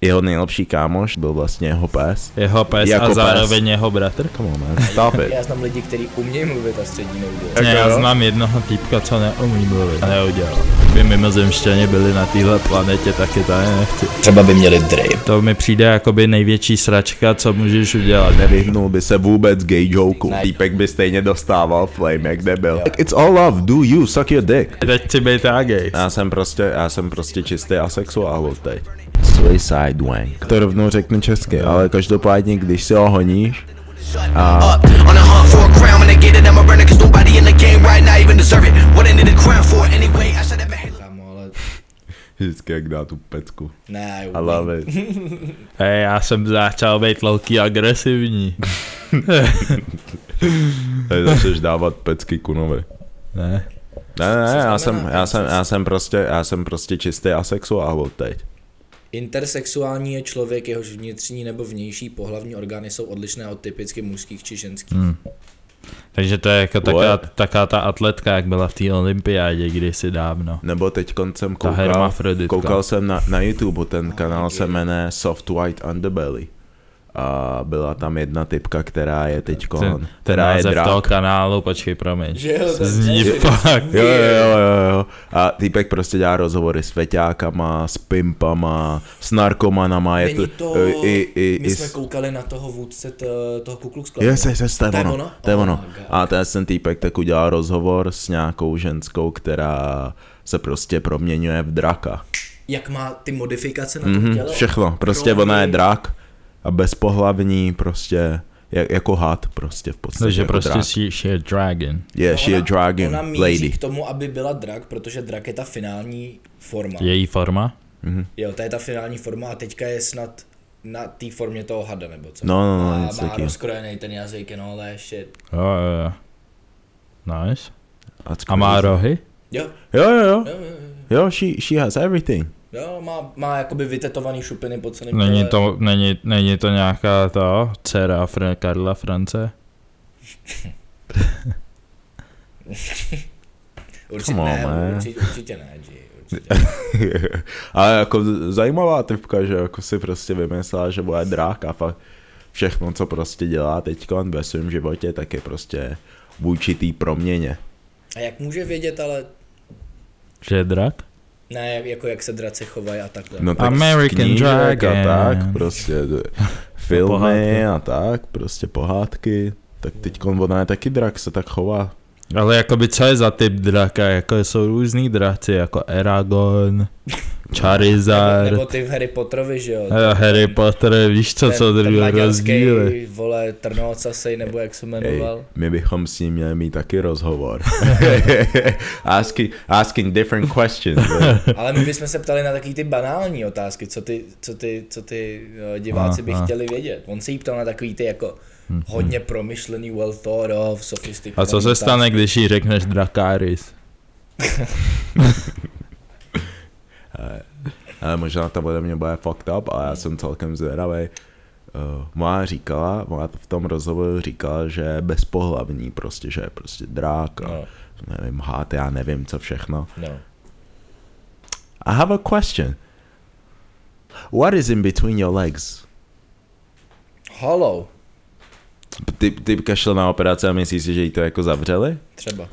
Jeho nejlepší kámoš byl vlastně jeho pes. Jeho pes Jako jako a pes. zároveň jeho bratr? Come on, man, stop it. Já znám lidi, kteří umějí mluvit a střední neudou. Tak Ne, já jo. znám jednoho týpka, co neumí mluvit a neudělal. Kdyby mimozemštěni byli na téhle planetě, taky tady nechci. Třeba by měli drip. To mi přijde jakoby největší sračka, co můžeš udělat. Nevyhnul by se vůbec gay joke. Týpek by stejně dostával flame, jak debil. Like, it's all love, do you, suck your dick. Teď si být gay. Já jsem prostě, já jsem prostě čistý asexuál od teď. Suicide wank. To rovnou řeknu česky, ale každopádně, když si ho honíš, up on a hunt for a crown when I get it, I'm a runner cause nobody in the game right now even deserve it. What I need a crown for anyway, I should have been. Kámo, ale vždycky jak dá tu pecku. ne, I love it. Hej, E, já jsem začal být louký agresivní. Tady začneš dávat pecky kunovi. Ne. Ne, ne, ne, já znamená jsem, já jsem, já jsem prostě, já jsem prostě čistý asexuál od teď. Intersexuální je člověk, jehož vnitřní nebo vnější pohlavní orgány jsou odlišné od typicky mužských či ženských. Hmm. Takže to je jako taká, What? taká ta atletka, jak byla v té olympiádě kdysi dávno. Nebo teď koncem koukal, hermafroditka. koukal jsem na, na YouTube, ten kanál se jmenuje Soft White Underbelly. A byla tam jedna typka, která je teď Ten, ten která je název drak. toho kanálu, počkej, promiň. Že jo, to je- Zní fakt. Jo, jo, jo, jo, jo. A týpek prostě dělá rozhovory s feťákama, s pimpama, s narkomanama. Je Není to, eh, to, i, i, my i, jsme s- koukali na toho vůdce t, toho Ku Klux Klanu. Yes, yes, yes, to je To je ono, ono? to je Oh ono. my God. A ten ten týpek tak udělal rozhovor s nějakou ženskou, která se prostě proměňuje v draka. Jak má ty modifikace na tom Hm, těle? Všechno, prostě Kromě- ona je drak a bezpohlavní, prostě jak, jako had prostě v podstatě. Takže jako prostě drak. she, she a dragon. Yeah, she a dragon ona míří lady. k tomu, aby byla drak, protože drak je ta finální forma. Je. Její forma? Jo, to je ta finální forma a teďka je snad na té formě toho hada, nebo co? No, no, no, a něco má takového. rozkrojený ten jazyk, no, ale shit. Jo, jo, jo. Nice. That's A má crazy. rohy? Jo, Jo, jo, jo. jo, jo, Jo, she, she has everything. jo, má, má jakoby vytetovaný šupiny po celém Není těle. to, není, není to nějaká to, dcera Fr- Karla France? Určitě Come on, ne, man. určitě, určitě ne, G, určitě. Ale jako z- zajímavá typka, že jako si prostě vymyslela, že bude drák a fakt všechno, co prostě dělá teď ve svém životě, tak je prostě v určitý proměně. A jak může vědět, ale Že je drak? ne, jak- jako jak se draci chovají a takhle. No tak z American knížek a Dragon. tak, prostě d- pohádky. filmy a tak, prostě pohádky. Tak teď ona je taky drak, se tak chová. Ale jakoby co je za typ draka? Jako jsou různý draci, jako Eragon, Charizard, Nebo ty v Harry Potterovi, že jo? eh, Harry Potter, víš co, co ten druhé maďarský, rozdíly. vole, Trnocasej, nebo jak se Ej, jmenoval. my bychom s ním měli mít taky rozhovor. asking, asking different questions. eh. Ale my bychom se ptali na takový ty banální otázky, co ty, co ty, co ty eh, diváci by Aha. Mhm. chtěli vědět. On se jí ptal na takový ty jako hodně promyšlený, well thought of, A sofistikovaný. co se otázky. stane, když jí řekneš Drakaris? Ale možná to bude mě bude fucked up, ale já jsem celkem zvědavý. Uh, má říkala, má v tom rozhovoru říkala, že je bezpohlavní prostě, že je prostě drák a No. nevím, hát, já nevím co všechno. No. I have a question. What is in between your legs? Hollow, Ty, ty kašel na operaci a myslíš si, že jí to jako zavřeli? třeba.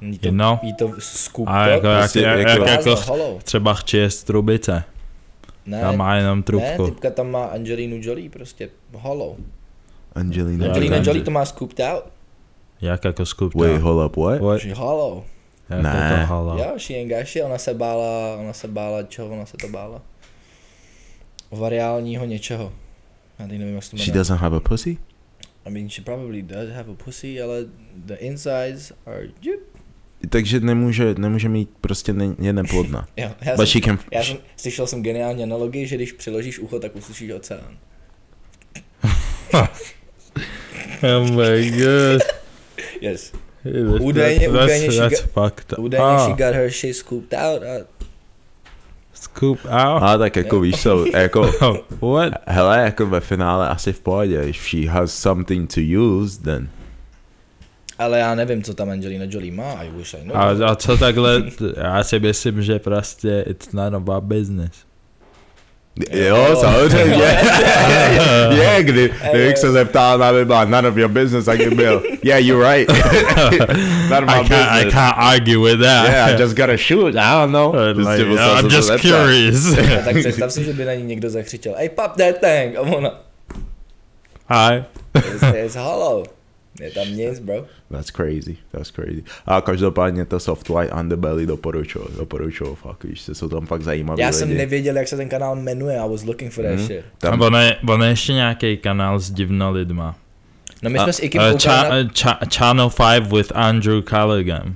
Jí to, You know? jí to skup, A jako, jak, prostě jak, jako- jak, jako Blázno, hollow. třeba chčije z trubice, Ne, tam má jenom ne, trubku. typka tam má Angelinu Jolie, prostě hollow. Angelina Tak, Angelina takže- Jolie to má scooped out. Jak jako skupka. Wait, hold up, what? What? Že hollow. Jak Ne. jako hala. Jo, Shiengashi, ona se bála, ona se bála čeho, ona se to bála. Variálního něčeho. Já teď nevím, jak se to She jmenuje. doesn't have a pussy? I mean, she probably does have a pussy, ale the insides are... Jup. Takže nemůže, nemůže mít, prostě ne, je neplodná. Jo, But já, jsem, she can... já jsem, slyšel jsem geniální analogii, že když přiložíš ucho, tak uslyšíš oceán. Oh my god. Yes. that's, Údajně- údajně that's, she that's fucked. Údajně Ah, she got her shit scooped out a Scoop out. A tak jako víš co, jako... Oh, what? Hele, jako ve finále asi v pohodě. If she has something to use, then... Ale já nevím, co tam Angelina Jolie má, I wish I know. A, a co takhle, já si myslím, že prostě it's none of our business. Jo, Oh. samozřejmě. je, kdy, kdybych se zeptal, na by byla none of your business, tak by byl, yeah, you're right. none of my I can't, I business. can't argue with that. Yeah, I just gotta shoot, I don't know. Uh, Prostě like, musel jsem I'm se just zeptat. curious. A tak představ si, že by na ní někdo zakřičel, ej, pop that thing, a ona, Hi. it's, it's hollow. Je tam nic, bro. That's crazy, that's crazy. Ah, A každopádně to soft white underbelly doporučuju, doporučuju, fakt, víš, se jsou tam fakt zajímavé Já jsem lidi. nevěděl, jak se ten kanál jmenuje, I was looking for that Hmm. shit. Tam- Tam... Ono je, ono je ještě nějaký kanál s divno lidma. No my jsme s Ikim Eh, koukali na... cha- eh, cha- Channel 5 with Andrew Callaghan.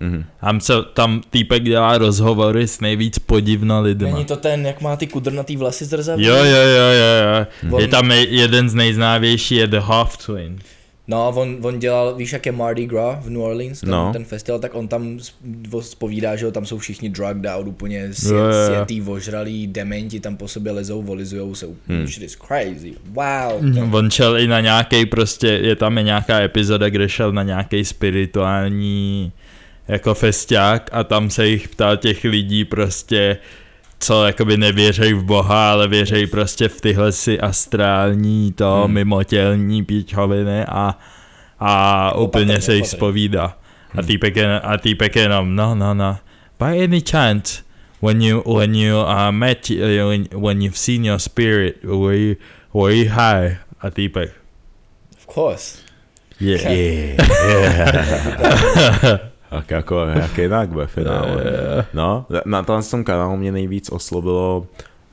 Mhm. Tam, se, tam týpek dělá rozhovory s nejvíc podivno lidma. Není to ten, jak má ty kudrnatý vlasy zrzavý? Jo, jo, jo, jo, jo. On- Je tam je- jeden z nejznávější, je The Half Twin. No, on, on dělal, víš, jak je Mardi Gras v New Orleans, ten, No. ten festival, tak on tam s- vo- spovídá, že jo, tam jsou všichni drugged out, úplně Jo, jo, jo. sjet- sjetý, ožralí, dementi tam po sobě lezou, volizujou se, hmm. shit is crazy, wow. No, On šel i na nějaký prostě, je tam i nějaká epizoda, kde šel na nějaký spirituální jako festiák a tam se jich ptal těch lidí prostě, co jakoby nevěřej v Boha, ale věřej prostě v tyhle si astrální to hmm. mimotělní píčoviny a, a úplně se jich opatrně. spovídá. A Hmm. týpek, je, a týpek jenom, no, no, no, by any chance, when you when you uh, met uh, when, when you've seen your spirit, were you were you high? A týpek. Of course. Yeah. Yeah, Prostě. yeah. Tak jako, jak jinak ve finále. No, na tom, tom kanálu mě nejvíc oslovilo,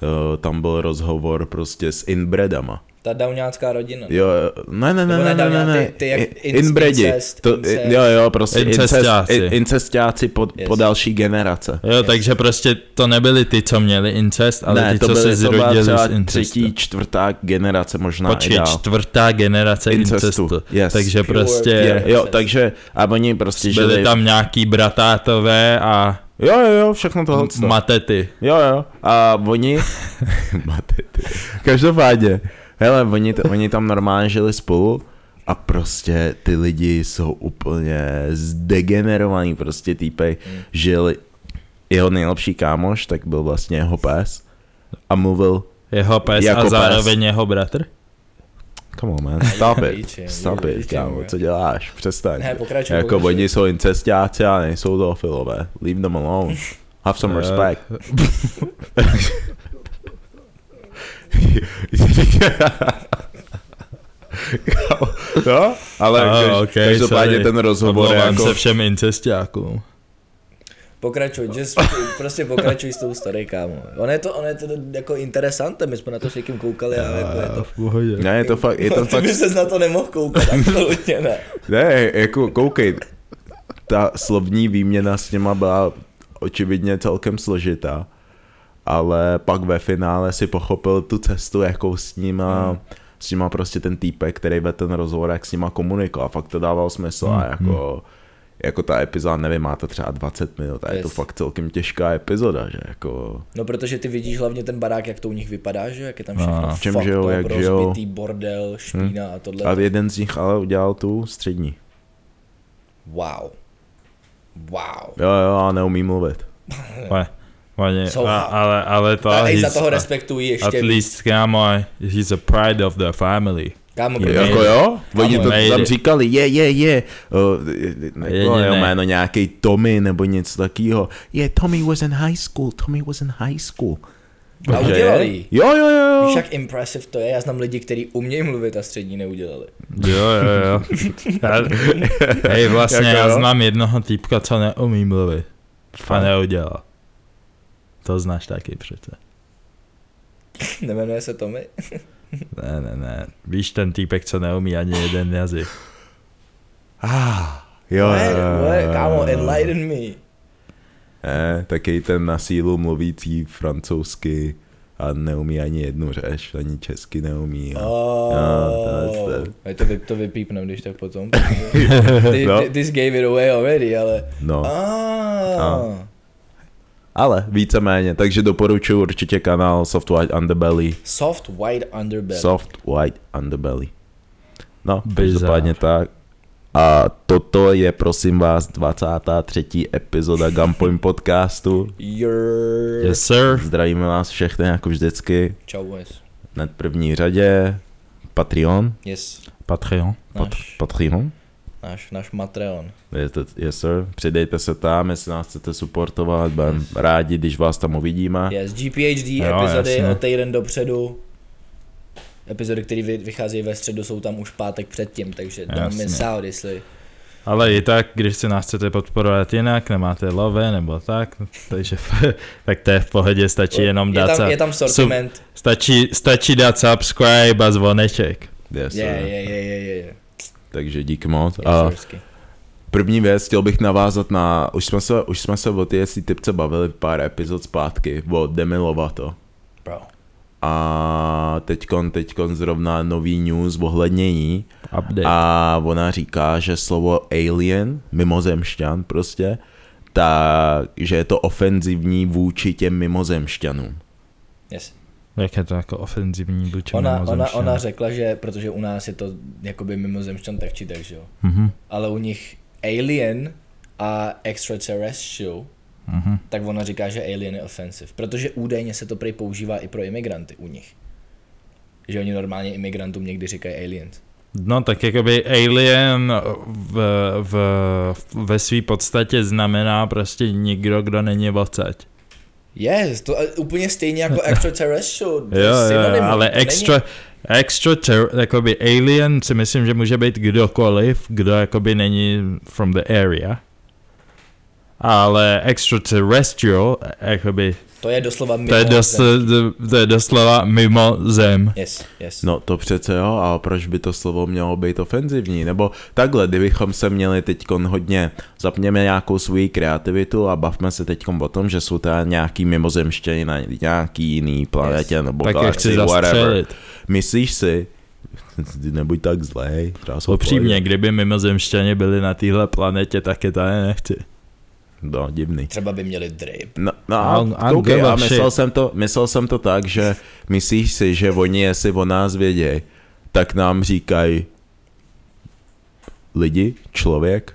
eh, tam byl rozhovor prostě s inbredama. Ta dauňácká rodina. Jo, ne, ne, ne, Nebo ne, nedal ne, ne, ne. nějaký ty jak I- inc- incest, to, incest. jo, jo, prostě incest, Incestáci. i- incestáci po, po Yes. další generace. Jo, takže prostě to nebyli ty, co měli incest, ale ne, ty, to, co se byly, to byla zrodili třeba z incestu. třetí, čtvrtá generace možná i Počkej, dál. čtvrtá generace Incestu, incestu. yes. Takže Pure prostě Je, jo, takže, a oni prostě byli žili, tam nějaký bratátové a jo, jo, jo, všechno tohle. m- matety. Jo, jo. A oni... Máte ty. Každopádně, hele, oni, t- oni tam normálně žili spolu a prostě ty lidi jsou úplně zdegenerovaný, prostě týpej žili, jeho nejlepší kámoš, tak byl vlastně jeho pes a mluvil, Jeho pes Jako a pes. zároveň jeho bratr. come on man, stop je it, píči, stop je it, píči, kámo, vole. co děláš, přestaň. Ne, pokračuj, Jako pokračuj. oni jsou incestáci a nejsou zoofilové, leave them alone, have some Eh, respect. no, ale A, kaž, ok, každopádně sorry. ten rozhovor je Omlouvám jako... se všem incestiákům. Pokračuj, just, prostě pokračuj s tou story, kámo. On je to, on je to jako interesante, my jsme na to s někým koukali, ale jako je to... v pohodě. Ne, je to fakt, je to Ty fakt, by ses na to nemohl koukat, absolutně ne. ne, jako koukej, ta slovní výměna s něma byla očividně celkem složitá, ale pak ve finále si pochopil tu cestu, jakou s nima, s nima prostě ten týpek, který ve ten rozhovor, jak s nima komunikoval, fakt to dával smysl a jako, jako ta epizoda, nevím, má to třeba 20 minut a je to Yes. fakt celkem těžká epizoda, že jako... No protože ty vidíš hlavně ten barák, jak to u nich vypadá, že? jo, Jak je tam všechno No. no, V čem žijou, jak žijou. Hm. rozbitý bordel, špína a tohle. A jeden z nich ale udělal tu střední. Wow. Wow. Jo, jo, a neumí mluvit. Ale, oni, Jsou- a, ale, ale to... Ta, i za he's- toho respektuji At ještě. víc. least, kámo, he's a pride of the family. Kámo, Je- protože- Jako jo? Oni to nejde. tam říkali, je, je, je. Jako Jediné. je jméno nějaký Tommy nebo něco takového. Je, Tommy was in high school, Tommy was in high school. A Takže udělali je. ji. Jo, jo, jo. Víš, jak impressive to je? Já znám lidi, kteří umějí mluvit a střední neudělali. Jo, jo, jo. Já, hej, vlastně Jako já jo? znám jednoho týpka, co neumí mluvit. A neudělal. To znáš taky přece. Nemenuje se Tommy? Ne, ne, ne. Víš ten týpek, co neumí ani jeden jazyk. Jo, Ne, jo, jo, vole, jo, kámo, jo. enlighten me. Ne, taky ten na sílu mluvící francouzsky a neumí ani jednu řeš, ani česky neumí. a- Oh. to je- Hej, to, vy, to vypípnem, když tak potom. Ty, No. no. This gave it away already, ale... No. Ah. Ale víceméně, takže doporučuji určitě kanál Soft White Underbelly. Soft white underbelly. Soft White Underbelly. No, Bizar. každopádně tak. A toto je, prosím vás, 23. epizoda Gunpoint podcastu. Jrrr. Yes, sir. Zdravíme vás všechny, jako vždycky. Čau, boys. Hned v první řadě Patreon. Yes. Patreon. Náš, Patreon? náš, náš Matreon. Je to- Yes, sir. Přidejte se tam, jestli nás chcete supportovat. Budeme rádi, když vás tam uvidíme. Yes, GPHD Ah. Jo, epizody jasně. o týden dopředu. Epizody, které vy- vycházejí ve středu, jsou tam už pátek předtím, takže tam Jasně. mi sál, jestli. Ale i tak, když si nás chcete podporovat jinak, nemáte love nebo tak, takže tak to je v pohodě, stačí jenom je, dát tam, sa, je tam sortiment. stačí, stačí dát subscribe a zvoneček. Yes, Je, sir. je, je, je, je, Ah. je. Takže díky moc. A Jesorsky. První věc, chtěl bych navázat na, už jsme se, už jsme se o té jestli typce bavili pár epizod zpátky, o Demi Lovato. Bro. A teďkon, teďkon zrovna nový news ohledně ní. Update. A... A ona říká, že slovo alien, mimozemšťan prostě, tak, že je to ofenzivní vůči těm mimozemšťanům. Yes. Jak je to jako ofenzivní vůči Ona, ona, ona řekla, že protože u nás je to jakoby mimozemšťan tak či tak, že jo. Mhm, Ale u nich alien a extraterrestrial, mhm. tak ona říká, že alien je offensive, protože údajně se to prej používá i pro imigranty u nich. Že oni normálně imigrantům někdy říkají aliens. No tak jakoby alien v, v, ve své podstatě znamená prostě nikdo, kdo není odsaď. Yes, to je úplně stejně jako extraterrestrial. to je Jo, jo, synonymum. ale Není- extra, extra ter, jakoby alien si myslím, že může být kdokoliv, kdo jakoby není from the area. Ale extraterrestrial, jakoby, To je doslova mimo. to je, dost, zem. to je doslova mimo zem. Yes, yes. No to přece jo, a proč by to slovo mělo být ofenzivní? Nebo takhle, kdybychom se měli teď hodně, zapněme nějakou svoji kreativitu a bavme se teď o tom, že jsou tady nějaký mimozemštěni na nějaký jiný planetě yes. nebo Tak je chci galaxii, whatever. zastřelit. Myslíš si, nebuď tak zlej, krásu. Upřímně, kdyby mimozemšťani byli na téhle planetě, tak je tady nechci. No, divný. Třeba by měli drip. No, no I'll- a, I'll koukej, give a a myslel, shit. jsem to, myslel jsem to tak, že myslíš si, že oni, jestli o nás vědějí, tak nám říkají lidi, člověk,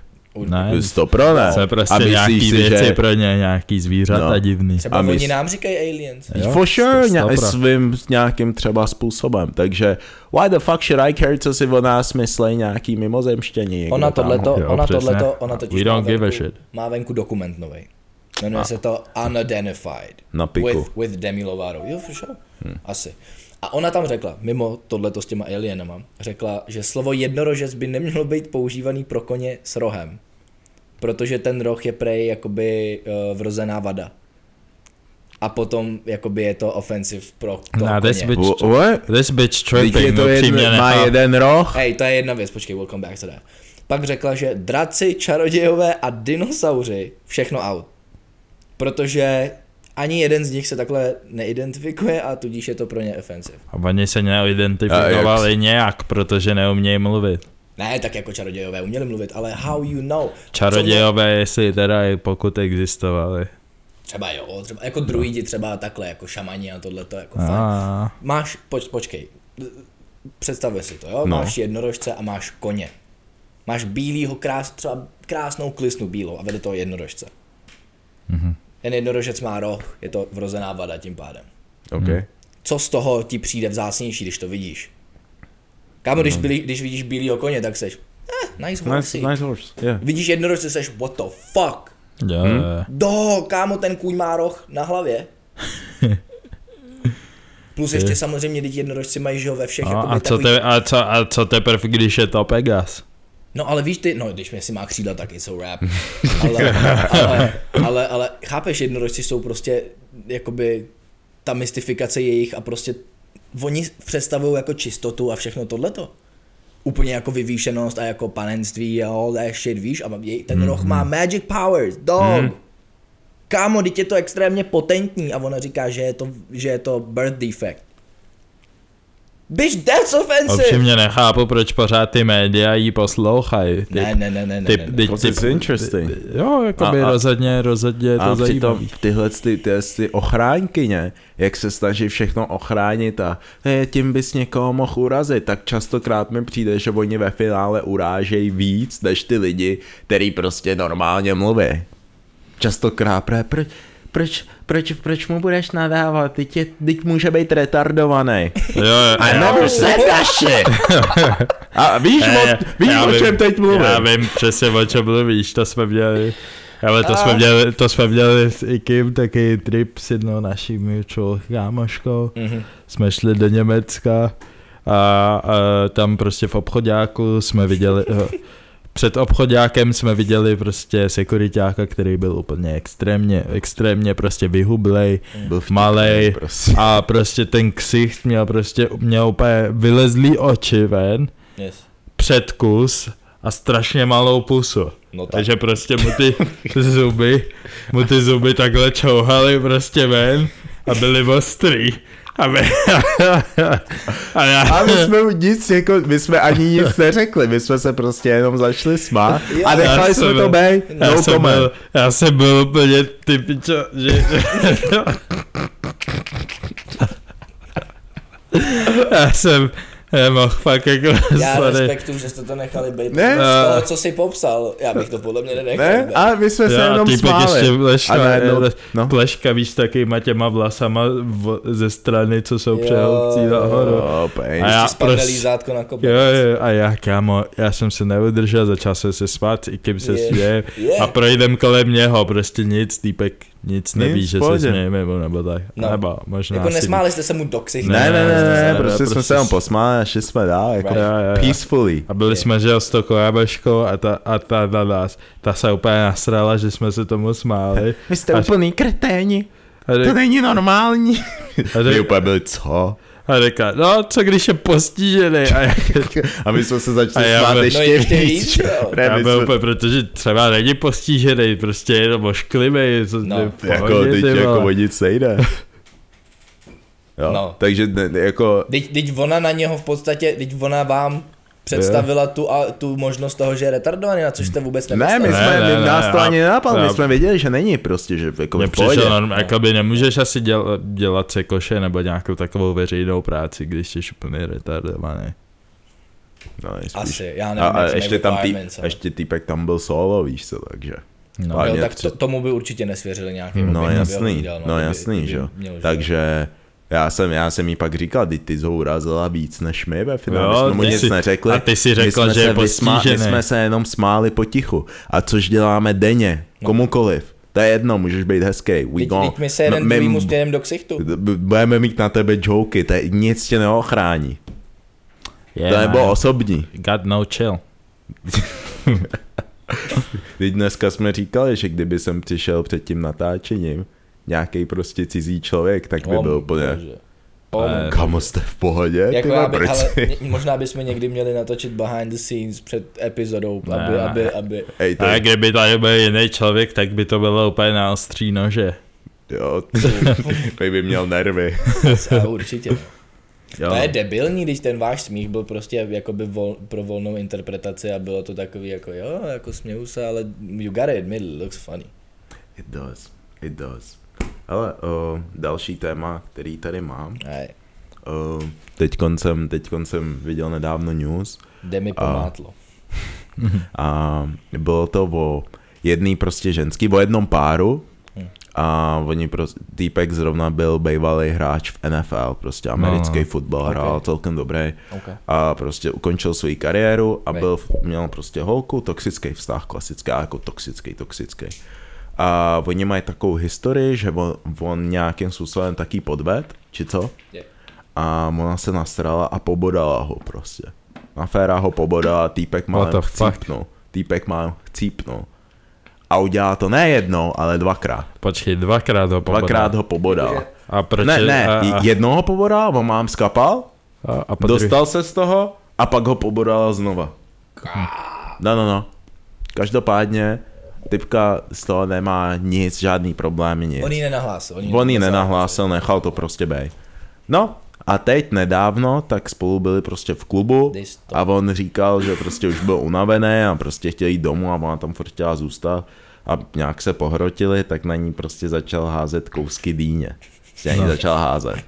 Ne, to pro ne. to je prostě a nějaký myslíš si, věci že... pro ně, nějaký zvířata No. divný. Třeba A oni mys- nám říkají aliens. Jo, For sure, sto- ně, stopro. svým nějakým třeba způsobem, takže why the fuck should I care, co si o nás myslí nějaký mimozemštění. někdo Ona tam. tohleto, jo, ona přesně. tohleto, ona totiž We má don't give a venku, shit. má venku dokument nový. Jmenuje se to Unidentified. Na piku. Hmm. With, with Demi Lovato. Jo, for sure. Asi. A ona tam řekla, mimo tohleto s těma alienama, řekla, že slovo jednorožec by nemělo být používaný pro koně s rohem. Protože ten roh je prej jakoby uh, vrozená vada. A potom jakoby je to offensive pro to Nah, this koně. bitch, Wh- What? this bitch Vždyť je tripping, to upřímně jeden, má nechápu. jeden roh? Hej, to je jedna věc, počkej, welcome back, teda. Pak řekla, že draci, čarodějové a dinosauři, všechno out. Protože ani jeden z nich se takhle neidentifikuje a tudíž je to pro ně offensive. A oni se A neidentifikovali nějak, protože neumějí mluvit. Ne, tak jako čarodějové uměli mluvit, ale how you know? Co- Čarodějové, jestli teda i pokud existovali. Třeba jo, třeba jako druidi třeba takhle, jako šamani a tohle to jako fakt. A, Máš, poč, počkej, představuj si to, jo? No. No. Máš jednorožce a máš koně. Máš bílýho, krás, třeba krásnou klisnu bílou a vede toho jednorožce. Mm-hmm. Ten jednorožec má roh, je to vrozená vada tím pádem. Hmm. Okay. Co z toho ti přijde vzácnější, když to vidíš? Kámo, když, byli, když vidíš bílýho koně, tak seš, eh, nice horsey. Nice, nice horse, yeah. Vidíš jednorožce, seš, what the fuck? jo, Hm? jo. Do, kámo, ten kůň má roh na hlavě. Plus ještě samozřejmě, teď jednorožci mají, že jo, ve všech No, jakoby a, co takových- te, a, co, a co teprve, když je to Pegas? No ale víš ty, no když mi si má křídla, tak jsou rap. Ale, ale, ale, ale chápeš, jednorožci jsou prostě, jakoby, ta mystifikace jejich a prostě oni představují jako čistotu a všechno tohleto. Úplně jako vyvýšenost a jako panenství a all that shit, víš, a jej, ten roh má magic powers, dog. Kámo, teď je to extrémně potentní a ona říká, že je to, že je to birth defect. Bitch, that's offensive! Upřímně nechápu, proč pořád ty média jí poslouchají. Ty, Ne, ne, ne, ne, ne, ty, ne, ty, ne. Because ty, it's interesting. ty- Jo, jako by A- a- rozhodně, rozhodně je to A přitom zajímavý. tyhle ty, tyhle ty ochránkyně, jak se snaží všechno ochránit a "Eh, tím bys někoho mohl urazit, tak častokrát mi přijde, že oni ve finále urážejí víc, než ty lidi, který prostě normálně mluví. Častokrát, pro, proč, proč, proč, proč mu budeš nadávat, teď, je, teď může být retardovaný. Jo, jo, I jo. never said that shit. A víš, Ne, o, víš Eh, já o čem teď mluvím? Já vím přesně o čem mluvíš, to jsme měli. Ale to jsme měli, to jsme měli s Ikim taky trip s jednou naší mutual kámoškou. Mhm. Mm-hmm. Jsme šli do Německa a, a tam prostě v obchodáku jsme viděli, eh, před obchodákem jsme viděli prostě sekuritáka, který byl úplně extrémně, extrémně prostě vyhublej, Mm. Byl malej, Prostě. a prostě ten ksicht měl prostě, měl úplně vylezlý oči ven Yes. předkus a strašně malou pusu. No tak. Takže prostě mu ty zuby, mu ty zuby takhle čouhaly prostě ven a byly ostrý. A, my, a já, A my jsme mu nic, jako, my jsme ani nic neřekli, my jsme se prostě jenom začali smát a nechali Já jsme jsem to byl- být, já, no jsem comment. byl, já jsem byl úplně ty pičo, že... já jsem nemohl fakt jako... Já sorry. respektuju, že jste to nechali být. Ne. Ne? Z Eh. toho, co jsi popsal, já bych to podle mě nenechal. Ne? být. A my jsme se Já, jenom týpek smáli. ještě eh, pleška, a najednou, no. pleška, víš, takýma těma vlasama v, ze strany, co jsou Jo, přehlcí jo. nahoru. Jo, pej. A já- Ještě spadne pros- lízátko na kope. Jo, jo, a já, kámo, já jsem se neudržel, začal jsem se spát, i kým se Je. směje. Je. A projdem kolem něho, prostě nic, týpek nic neví, že se pohodě. smějeme, nebo, nebo tak. No. Nebo možná Jako si- nesmáli jste se mu do ksichtu. Ne, ne, ne, ne, ne, prostě ne, jsme prostě se jenom s- posmáli a šli jsme dál, jako Jo, jo, jo. peacefully. A byli Je. jsme, že jo, s tou kolábeškou a ta, a ta, ta, ta, ta, se úplně nasrala, že jsme se tomu smáli. Vy jste A- úplný kreténi, A, řek, není normální. a, My řek, úplně byli, co? a říká, no, co když je postižený? A já, A my jsme se A začali já smát byl- ještě, No ještě víc, víc. jo. Ne, Já my byl jsme- úplně, protože třeba není postižený, prostě je to ošklivý, co No. no, pohodě, Jako, teď ty jako o vole. nic nejde. Jo, No. takže ne, ne- jako Teď, teď ona na něho v podstatě, teď ona vám představila tu, a, tu možnost toho, že je retardovaný, na což jste vůbec Ne, nemysleli. my Ne, jsme, ne, my ne, nás to já- ani nenapadlo, my já- jsme věděli, že není prostě, že jako Mně v pohodě. přišel, norm, jako by nemůžeš asi dělat, dělat sekoše nebo nějakou takovou veřejnou práci, když jsi úplně retardovaný. No, nejspíš. Asi, já a, nevím, a jak jsou ještě tam tý, requirements, ale- ještě týpek tam byl solo, víš co, takže. No. Hlavně Jo, tak při- to, tomu by určitě nesvěřili nějaký no objekt, aby ho jasný, hlídal, no kdyby- jasný, kdyby že jo. měl, že Takže já jsem, já jsem jí pak říkal, ty ty ho urazila víc než my ve finále, Jo, jsme mu ty nic si- neřekli. a ty si my řekla, jsme že je se vysmá- My postižený. jsme se jenom smáli potichu. A což děláme denně, komukoliv. To je jedno, můžeš být hezký. We No. Teď, gone. teď my se No, jeden my- druhýmu směrem do ksichtu. b- budeme mít na tebe joky, to je, nic tě neochrání. Yeah, To nebo man. osobní. God no chill. Teď dneska jsme říkali, že kdyby jsem přišel před tím natáčením, nějaký prostě cizí člověk, tak by Om, byl úplně, bože. Om. Eh, kamo jste v pohodě, Jako ty já vole, by, proč ale si- ně- možná bychom někdy měli natočit behind the scenes před epizodou, Ne, aby, ne. aby, aby, Ej, to A je, kdyby tady byl jiný člověk, tak by to bylo úplně na ostří nože. jo, ty by měl nervy. a určitě. Jo. To je debilní, když ten váš smích byl prostě jakoby vol, pro volnou interpretaci a bylo to takový jako jo, jako směju se, ale you gotta admit, it looks funny. It does, it does. Ale o, další téma, který tady mám, Aj, o, teď koncem, teď koncem viděl nedávno news, jde mi pomátlo. A bylo to o jedný prostě ženský, o jednom páru. A oni prostě, týpek zrovna byl bývalý hráč v NFL, prostě americký No. fotbal, Ok. hrál celkem dobrý. Okay. A prostě ukončil svoji kariéru a Right. byl, v- měl prostě holku, toxický vztah, klasický, jako toxický, toxický. A oni mají takovou historii, že on, on nějakým způsobem taký podved, či co? Yeah. A ona se nasrala a pobodala ho prostě. Na féra ho pobodala, týpek What má the fuck? chcípnul. Týpek má chcípnul. A udělala to ne jednou, ale dvakrát. Počkej, dvakrát ho pobodal. Dvakrát ho pobodala. A proč Ne, ne, a, a, jednoho ho pobodala, on mám skapal, a, a po druhý- dostal se z toho a pak ho pobodala znova. No, no, no. Každopádně, typka z toho nemá nic, žádný problém, nic. On ji nenahlásil. On ji On ji nenahlásil. nenahlásil, nechal to prostě bej. No A teď nedávno, tak spolu byli prostě v klubu Dej stop. a on říkal, že prostě už byl unavený a prostě chtěl jít domů a ona tam furt chtěla zůstat a nějak se pohrotili, tak na ní prostě začal házet kousky dýně. Prostě na ní začal házet.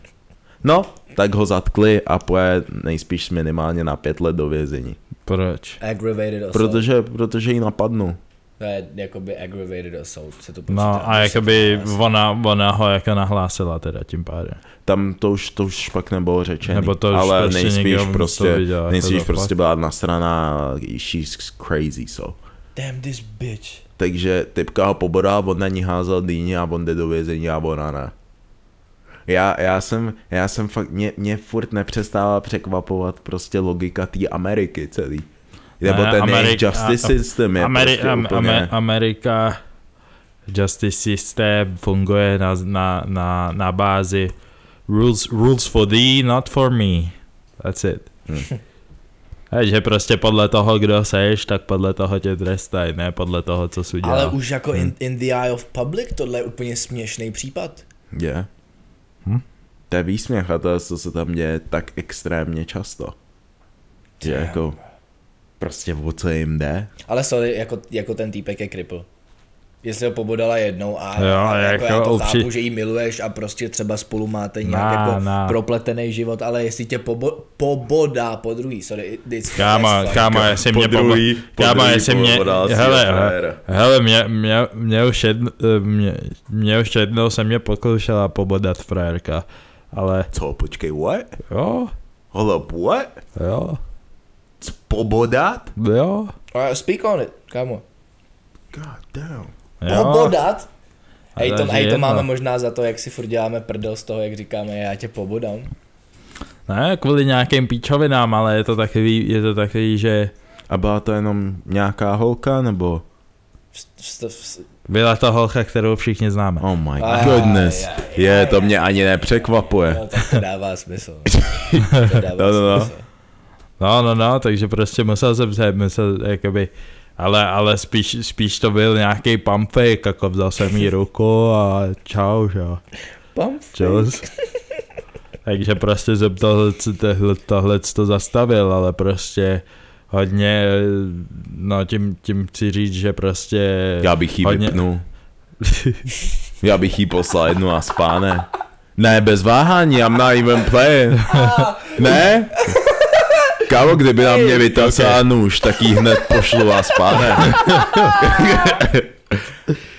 No, tak ho zatkli a poje nejspíš minimálně na pět let do vězení. Proč? Aggravated assault. Protože, protože ji napadnu. To je jakoby aggravated assault, se to prostě počítá. No a jakoby ona, ona ho jako nahlásila teda tím pádem. Tam to už, to už pak nebylo řečeno. Nebo to už ale prostě nejspíš někdo to prostě, viděl, jako nejspíš to prostě fakt. byla na strana, she's crazy, so. Damn this bitch. Takže typka ho pobodá, on na ní házel dýně a on jde do vězení a ona ne. Já, já, jsem, já jsem fakt, mě, mě furt nepřestává překvapovat prostě logika té Ameriky celý. Nebo Ne, ten jejich Amerik- justice a- system je Ameri- prostě am- úplně... ame- Amerika justice system funguje na, na, na, na bázi rules, rules for thee, not for me. That's it. Hmm. Takže prostě podle toho, kdo seš, tak podle toho tě trestají, ne podle toho, co jsi udělal. Ale už jako in, in the eye of public, tohle je úplně směšný případ. Je. Hm? To je výsměch a to, co se tam děje tak extrémně často. Že Damn. jako prostě o co jim jde. Ale sorry, jako, jako ten týpek je kripl. Jestli ho pobodala jednou a, Jo, a jako, jako já to upři- chápu, že jí miluješ a prostě třeba spolu máte nějak Na, jako na. propletený život, ale jestli tě pobo- pobodá po druhý, sorry, it's Káma, it's káma, jestli po mě druhý- poba- po káma, druhý jestli mě, povolal si hele, ho hele, frajer. hele, mě, mě, mě, už jedno, eh, mě, mě už jednou se mě pokoušela pobodat frajerka, ale Co, počkej, what? jo, Holop, what? jo, Co, Pobodat? jo, Uh, speak on it, kámo. God damn. jo, Pobodat? A Hej, to to, je hej, to jedno. máme možná za to, jak si furt děláme prdel z toho, jak říkáme, já tě pobodám. ne, kvůli nějakým píčovinám, ale je to takový, je to takový, že A byla to jenom nějaká holka, nebo? Vst- vst- vst- byla to holka, kterou všichni známe. Oh my Aj, goodness. aj, aj, Je, aj, to aj. mě ani nepřekvapuje. No, tak to dává smysl. To dává No, no, no. smysl. No, no, no, takže prostě musel jsem se, musel, jakoby, ale, ale spíš, spíš to byl nějaký pump fake, jako vzal jsem jí ruku a čau, že jo. Pump Čus. Takže prostě jsem tohle, tohle, tohle to zastavil, ale prostě hodně, no tím, tím chci říct, že prostě... Já bych jí hodně- vypnul. Já bych jí poslal jednu a spáne. Ne, bez váhání, I'm not even playing. Ne? Kámo, kdyby na mě vytasal nůž, tak jí hned pošlu a spáne.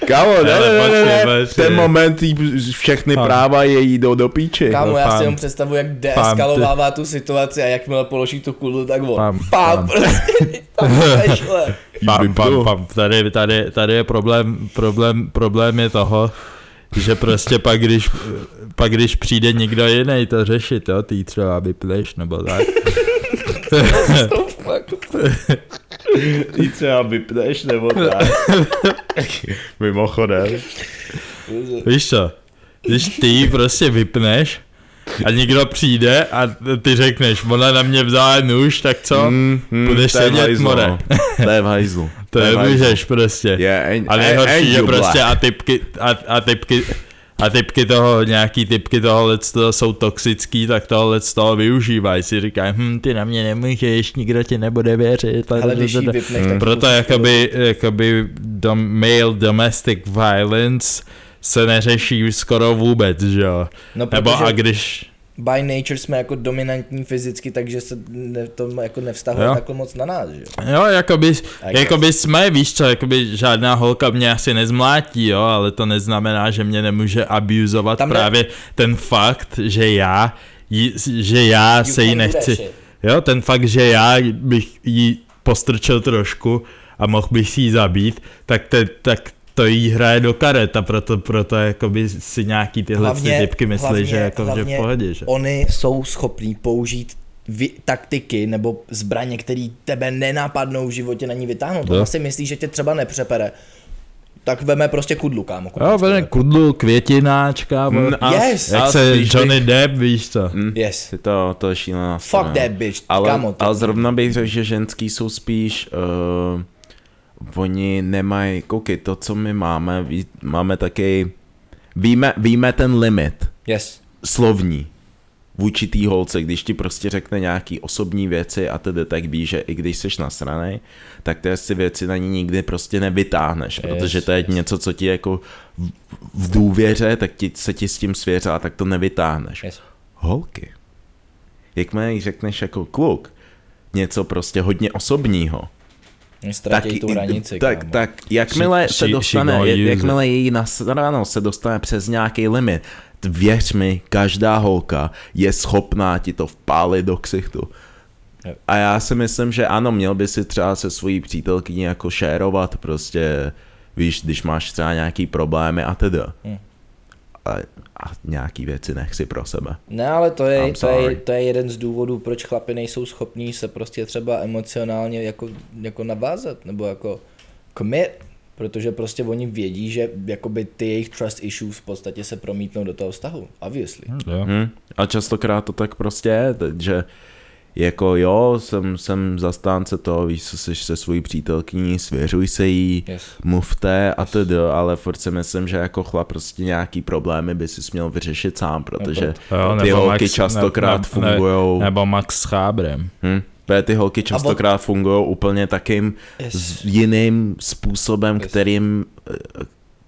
Kámo, ne, Hele, ne, ne, ne, počkej, ne. v ten počkej. moment jí všechny Fakt. práva její jdou do píči. Kámo, já Fám. si jenom představu, jak deeskalovává tu situaci a jakmile položí tu kulu, tak on Fám, pam, fám. pam, prostě tam odešle. Jí Pam, vypnul. pam, pam. Tady, tady, tady je problém, problém, problém je toho, že prostě pak když, pak když přijde někdo jiný to řešit, jo, ty jí třeba vypleš nebo tak. To fakt. Ty třeba vypneš nebo tak. Mimochodem. Víš co, když ty ji prostě vypneš a někdo přijde a ty řekneš, ona na mě vzala nůž, tak co? Mm, mm, Budeš to je v sedět, hajzlu, more. no. To je v hajzlu. To je v hajzlu. nemůžeš prostě. Je, en, A en- nejhorší je en- prostě black. a typky, a, a typky, a typky toho, nějaký typky tohohle toho jsou toxický, tak tohle z toho využívají. Si říkají, hm, ty na mě nemůžeš, nikdo ti nebude věřit. Ale když jí vypneš, tak Proto jakoby, jakoby dom, male domestic violence se neřeší skoro vůbec, že jo. No, Nebo protože- a když... by nature jsme jako dominantní fyzicky, takže se ne, to jako nevztahuje Jo. takhle moc na nás, že? jo? Jo, jakoby, guess. jakoby jsme, víš co, jakoby žádná holka mě asi nezmlátí, jo, ale to neznamená, že mě nemůže abuzovat Tam ne- právě ten fakt, že já, jí, že já se jí can do that nechci, shit. jo, ten fakt, že já bych jí postrčil trošku a mohl bych si ji zabít, tak, te, tak to jí hraje do karet a proto, proto jakoby si nějaký tyhle hlavně, typky myslí, hlavně- že jako že v hlavně pohodě, že? Oni jsou schopní použít vy, taktiky nebo zbraně, které tebe nenapadnou v životě na ní vytáhnout. Jo. Ona si myslí, že tě třeba nepřepere. Tak veme prostě kudlu, kámo. Jo, kupit. vede kudlu, květináčka, vole. a- Yes. a jak se spíš Johnny Depp, víš co? Yes. bych- To, to je šílená Fuck strana. that bitch, Ale, kámo. ty- ale zrovna bych řekl, že ženský jsou spíš... Uh, oni nemají... Koukej, to, co my máme, ví- máme taky... Víme, víme ten limit Yes. slovní. vůči té holce, když ti prostě řekne nějaký osobní věci a tedy tak víš, že i když jsi nasranej, tak ty si věci na ní nikdy prostě nevytáhneš, protože to je yes. něco, co ti jako v- v důvěře, tak ti, se ti s tím svěřá, tak to nevytáhneš. Yes. Holky. Jakmile jí řekneš jako kluk, něco prostě hodně osobního, Ztratí tu i- hranici. tak, kámo. tak jakmile She- se she- dostane, she gonna jak- use jakmile její nasranou se dostane přes nějaký limit, t- věř mi, každá holka je schopná ti to vpálit do ksichtu. Jo. A já si myslím, že ano, měl by si třeba se svojí přítelkyní jako šérovat, prostě, víš, když máš třeba nějaký problémy a teda. Hm. A, a nějaký věci nech si pro sebe. Ne, ale to I'm je, to, sorry. je, to je jeden z důvodů, proč chlapi nejsou schopní se prostě třeba emocionálně jako, jako navázat, nebo jako commit, protože prostě oni vědí, že jakoby ty jejich trust issues v podstatě se promítnou do toho vztahu, obviously. Hm, Jo. Hmm. A častokrát to tak prostě je, že jako jo, jsem, jsem zastánce toho, víš, co jsi se svojí přítelkyní, svěřuj se jí, Yes. mluvte a tedy, ale furt si myslím, že jako chlap prostě nějaký problémy by si směl vyřešit sám, protože Jo, ty nebo holky Max- častokrát ne- ne- ne- fungujou, Nebo Max s chábrem. hm, protože ty holky častokrát fungují úplně takým s jiným způsobem, Yes. kterým, eh,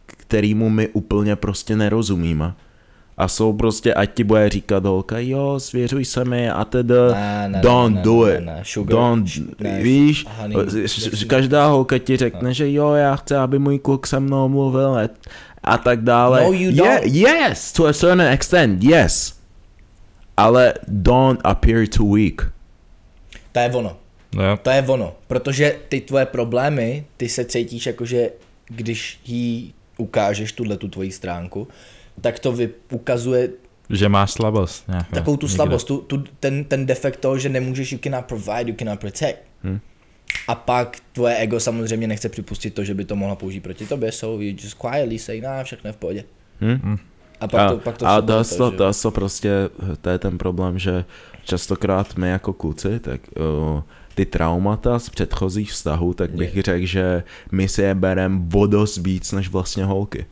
kterýmu my úplně prostě nerozumíme. A jsou prostě, ať ti bude říkat holka, jo, svěřuj se mi a tedy, Ne, ne, don't ne, ne, do ne, it, ne, sugar, don't, š- ne, víš, honey, ž- jasně. No. každá holka ti řekne, že jo, já chci, aby můj kluk se mnou mluvil a- a tak dále. No, you Ye- don't. Yes, to a certain extent, yes. Ale don't appear too weak. To je ono. Jo. To je ono, protože ty tvoje problémy, ty se cítíš jako, že když jí ukážeš tuhle tu tvoji stránku, tak to vy, ukazuje Že má slabost. Nějakou, takovou tu někde. slabost, tu, tu, ten, ten defekt toho, že nemůžeš, you cannot provide, you cannot protect. Hm. Hmm. A pak tvoje ego samozřejmě nechce připustit to, že by to mohla použít proti tobě, so you just quietly say, nah, všechno je v pohodě. Hmm. A pak to, pak to, a v sobě to, to, že- to, to prostě, to je ten problém, že častokrát my jako kluci, tak uh, ty traumata z předchozích vztahů, tak bych řekl, že my si je berem o dost víc než vlastně holky.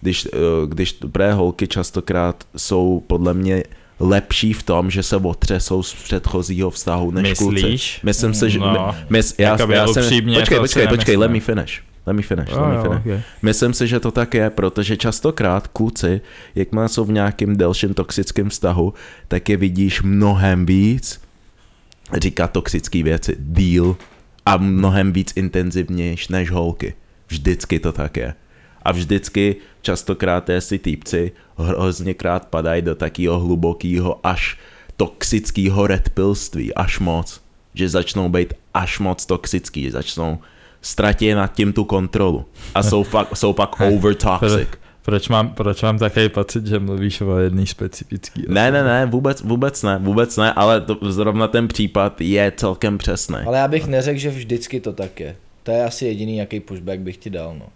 Když, eh, když pré holky častokrát jsou podle mě lepší v tom, že se otřesou z předchozího vztahu než kluci. Myslíš? Myslím si, že... No. No. Mys, já, Jakoby já jsem, upřímně počkej, to si počkej, počkej, nemyslím. let me finish. Let me finish, let Jo, me jo, finish. okay. Myslím si, že to tak je, protože častokrát kluci, jakmile jsou v nějakém delším toxickém vztahu, tak je vidíš mnohem víc říká toxické věci, deal a mnohem víc intenzivnější než holky. Vždycky to tak je. A vždycky častokrát si týpci hrozněkrát padají do takého hlubokého až toxického redpilství, až moc. Že začnou být až moc toxický, začnou ztratit nad tím tu kontrolu. A jsou, fakt, jsou pak over toxic. Proč mám, proč mám takový pocit, že mluvíš o jedný specifický Ne, ne, ne, vůbec, vůbec ne, vůbec ne, ale to, zrovna ten případ je celkem přesný. Ale já bych neřekl, že vždycky to tak je. To je asi jediný, jaký pushback bych ti dal, no.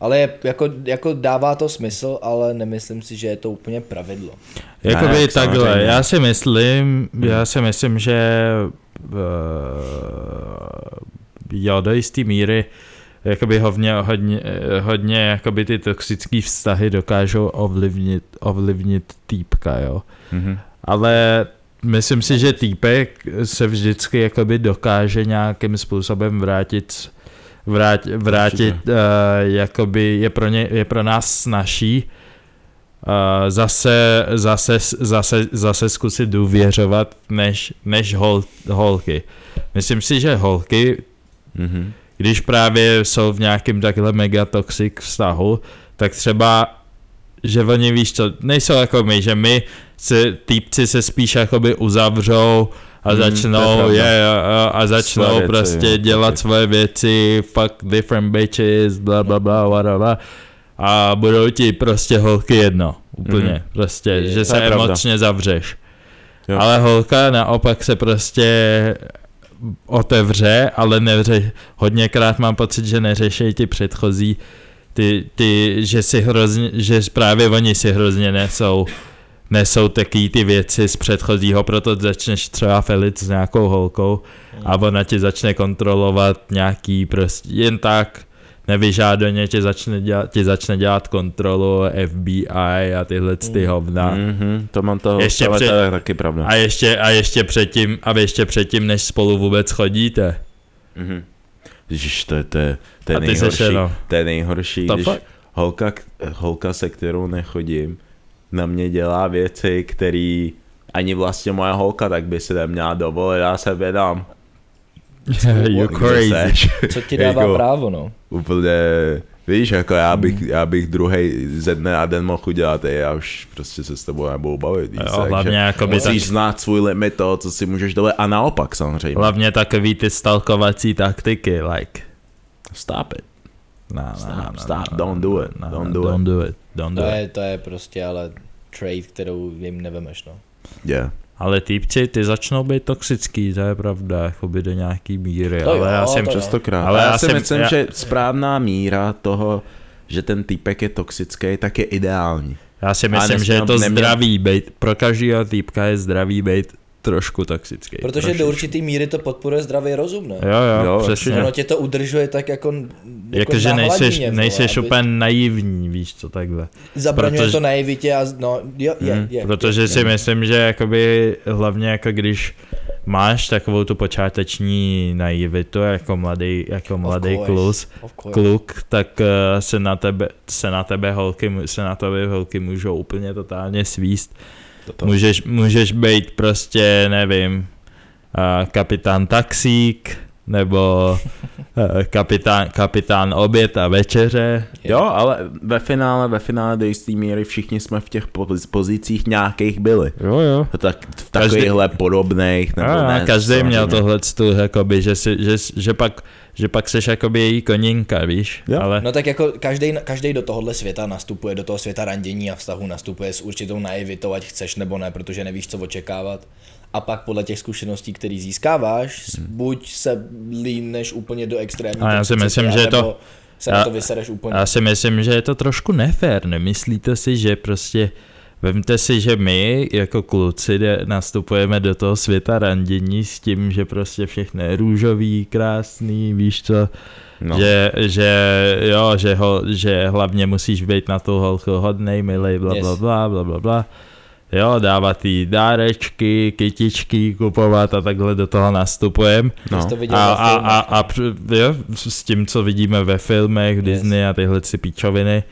Ale je, jako, jako dává to smysl, ale nemyslím si, že je to úplně pravidlo. Ne, Jakoby ne, ne, takhle, samozřejmě. Hmm. já si myslím, já si myslím, že uh, jo, do jistý míry jakoby hodně, hodně, eh, hodně jakoby ty toxické vztahy dokážou ovlivnit, ovlivnit týpka, jo. Mhm. Ale myslím si, že týpek se vždycky jakoby dokáže nějakým způsobem vrátit vrát, vrátit, uh, jakoby je pro, ně, je pro nás snaží uh, zase, zase, zase, zase zkusit důvěřovat než, než hol, holky. Myslím si, že holky, Mhm. když právě jsou v nějakém takhle mega toxic vztahu, tak třeba, že oni víš co, nejsou jako my, že my se, týpci se spíš jakoby uzavřou a Hmm, to je začnou, pravda. je, a, a- a začnou Svoje věci, věci, prostě jo, dělat taky. svoje věci, fuck different bitches, bla bla bla, whatever. A budou ti prostě holky jedno, úplně, Mhm. prostě, Je, že to se je pravda. emočně zavřeš. Jo. Ale holka naopak se prostě otevře, ale nevře, hodněkrát mám pocit, že neřeší ti předchozí, ty, ty, že si hrozně, že právě oni si hrozně nesou, nesou taky ty věci z předchozího, proto začneš třeba felit s nějakou holkou a ona ti začne kontrolovat nějaký prostě jen tak, nevyžádaně ti začne dělat, ti začne dělat kontrolu FBI a tyhle ty hovna. Mhm, to mám toho, Ještě Ještě ale před- to je taky pravda. A ještě, a ještě předtím, a ještě předtím, než spolu vůbec chodíte. Mhm. Ježiš, to je, to je, to je A ty se nejhorší. šel. To je nejhorší, To když fakt. holka, k- holka, se kterou nechodím, na mě dělá věci, které ani vlastně moje holka tak by se neměla dovolit, já se vědám. You're crazy. Co ti dává Jako- právo, no? Úplně, víš, jako já bych, Hmm. já bych druhý ze dne na den mohl udělat, ej, já už prostě se s tebou nebudu bavit, víš, Jo, hlavně jako by tak, musíš znát svůj limit toho, co si můžeš dovolit a naopak samozřejmě. hlavně takový ty stalkovací taktiky, like, Stop it. no, no, no, Stop, no, stop, no, don't do it, no, don't no, do it. don't do it, don't do To it. je, to je prostě ale trade, kterou jim nevemeš, no. Yeah. Ale týpci, ty začnou být toxický, to je pravda, jakoby do nějaký míry, To ale jo, já si to jo. Častokrát. Ale Ale já, já si jsem- myslím, já- že správná míra toho, že ten týpek je toxický, tak je ideální. Já si A myslím, nesměl- že je to neměl- zdravý bejt, pro každého týpka je zdravý bejt trošku toxický. Protože trošičku. do určitý míry to podporuje zdravý rozum, ne? Jo, jo, Jo, jo přesně. Ono tě to udržuje tak jako... jako Jakože na nejseš, hladině, vole, nejseš aby- úplně naivní, víš co, takhle. Zabraňuje protože- Mhm. to naivitě a... z- No, jo, je, je. Protože si myslím, že jakoby hlavně jako když máš takovou tu počáteční naivitu jako mladý, jako mladý course, klus, of course. kluk, tak eh, se na tebe, se na tebe holky, mu- se na tebe holky můžou úplně totálně svíst. Toto. Můžeš, můžeš být prostě, nevím, eh, kapitán taxík, nebo eh, kapitán, kapitán oběd a večeře. Jo, ale ve finále, ve finále do jisté míry všichni jsme v těch poz- pozicích nějakých byli. Jo, jo. Tak v takovýchhle podobných, nebo A, ne, každý měl samozřejmě. tohle jakoby, že, si, že, že, pak, že pak seš jakoby její koninka, víš? Jo. Ale No tak jako každý, každý do tohohle světa nastupuje, do toho světa randění a vztahu nastupuje s určitou naivitou, ať chceš nebo ne, protože nevíš, co očekávat. A pak podle těch zkušeností, které získáváš, s- buď se líneš úplně do extrémní Mhm. A já si toxicity, myslím, že je to- anebo se na já- to vysereš úplně. já si myslím, že je to trošku nefér, nemyslíte si, že prostě Vemte si, že my jako kluci jde- nastupujeme do toho světa randění s tím, že prostě všechno je růžový, krásný, víš co, No. že, že jo, že, ho, že hlavně musíš být na tu holku hodnej, milej, bla, Yes. bla, bla, bla, bla, bla. Jo, dávat jí dárečky, kytičky kupovat a takhle do toho nastupujem. No. Jsi to viděl A, ve a, filmech. a, a pr- jo, s tím, co vidíme ve filmech, Disney a tyhle si píčoviny.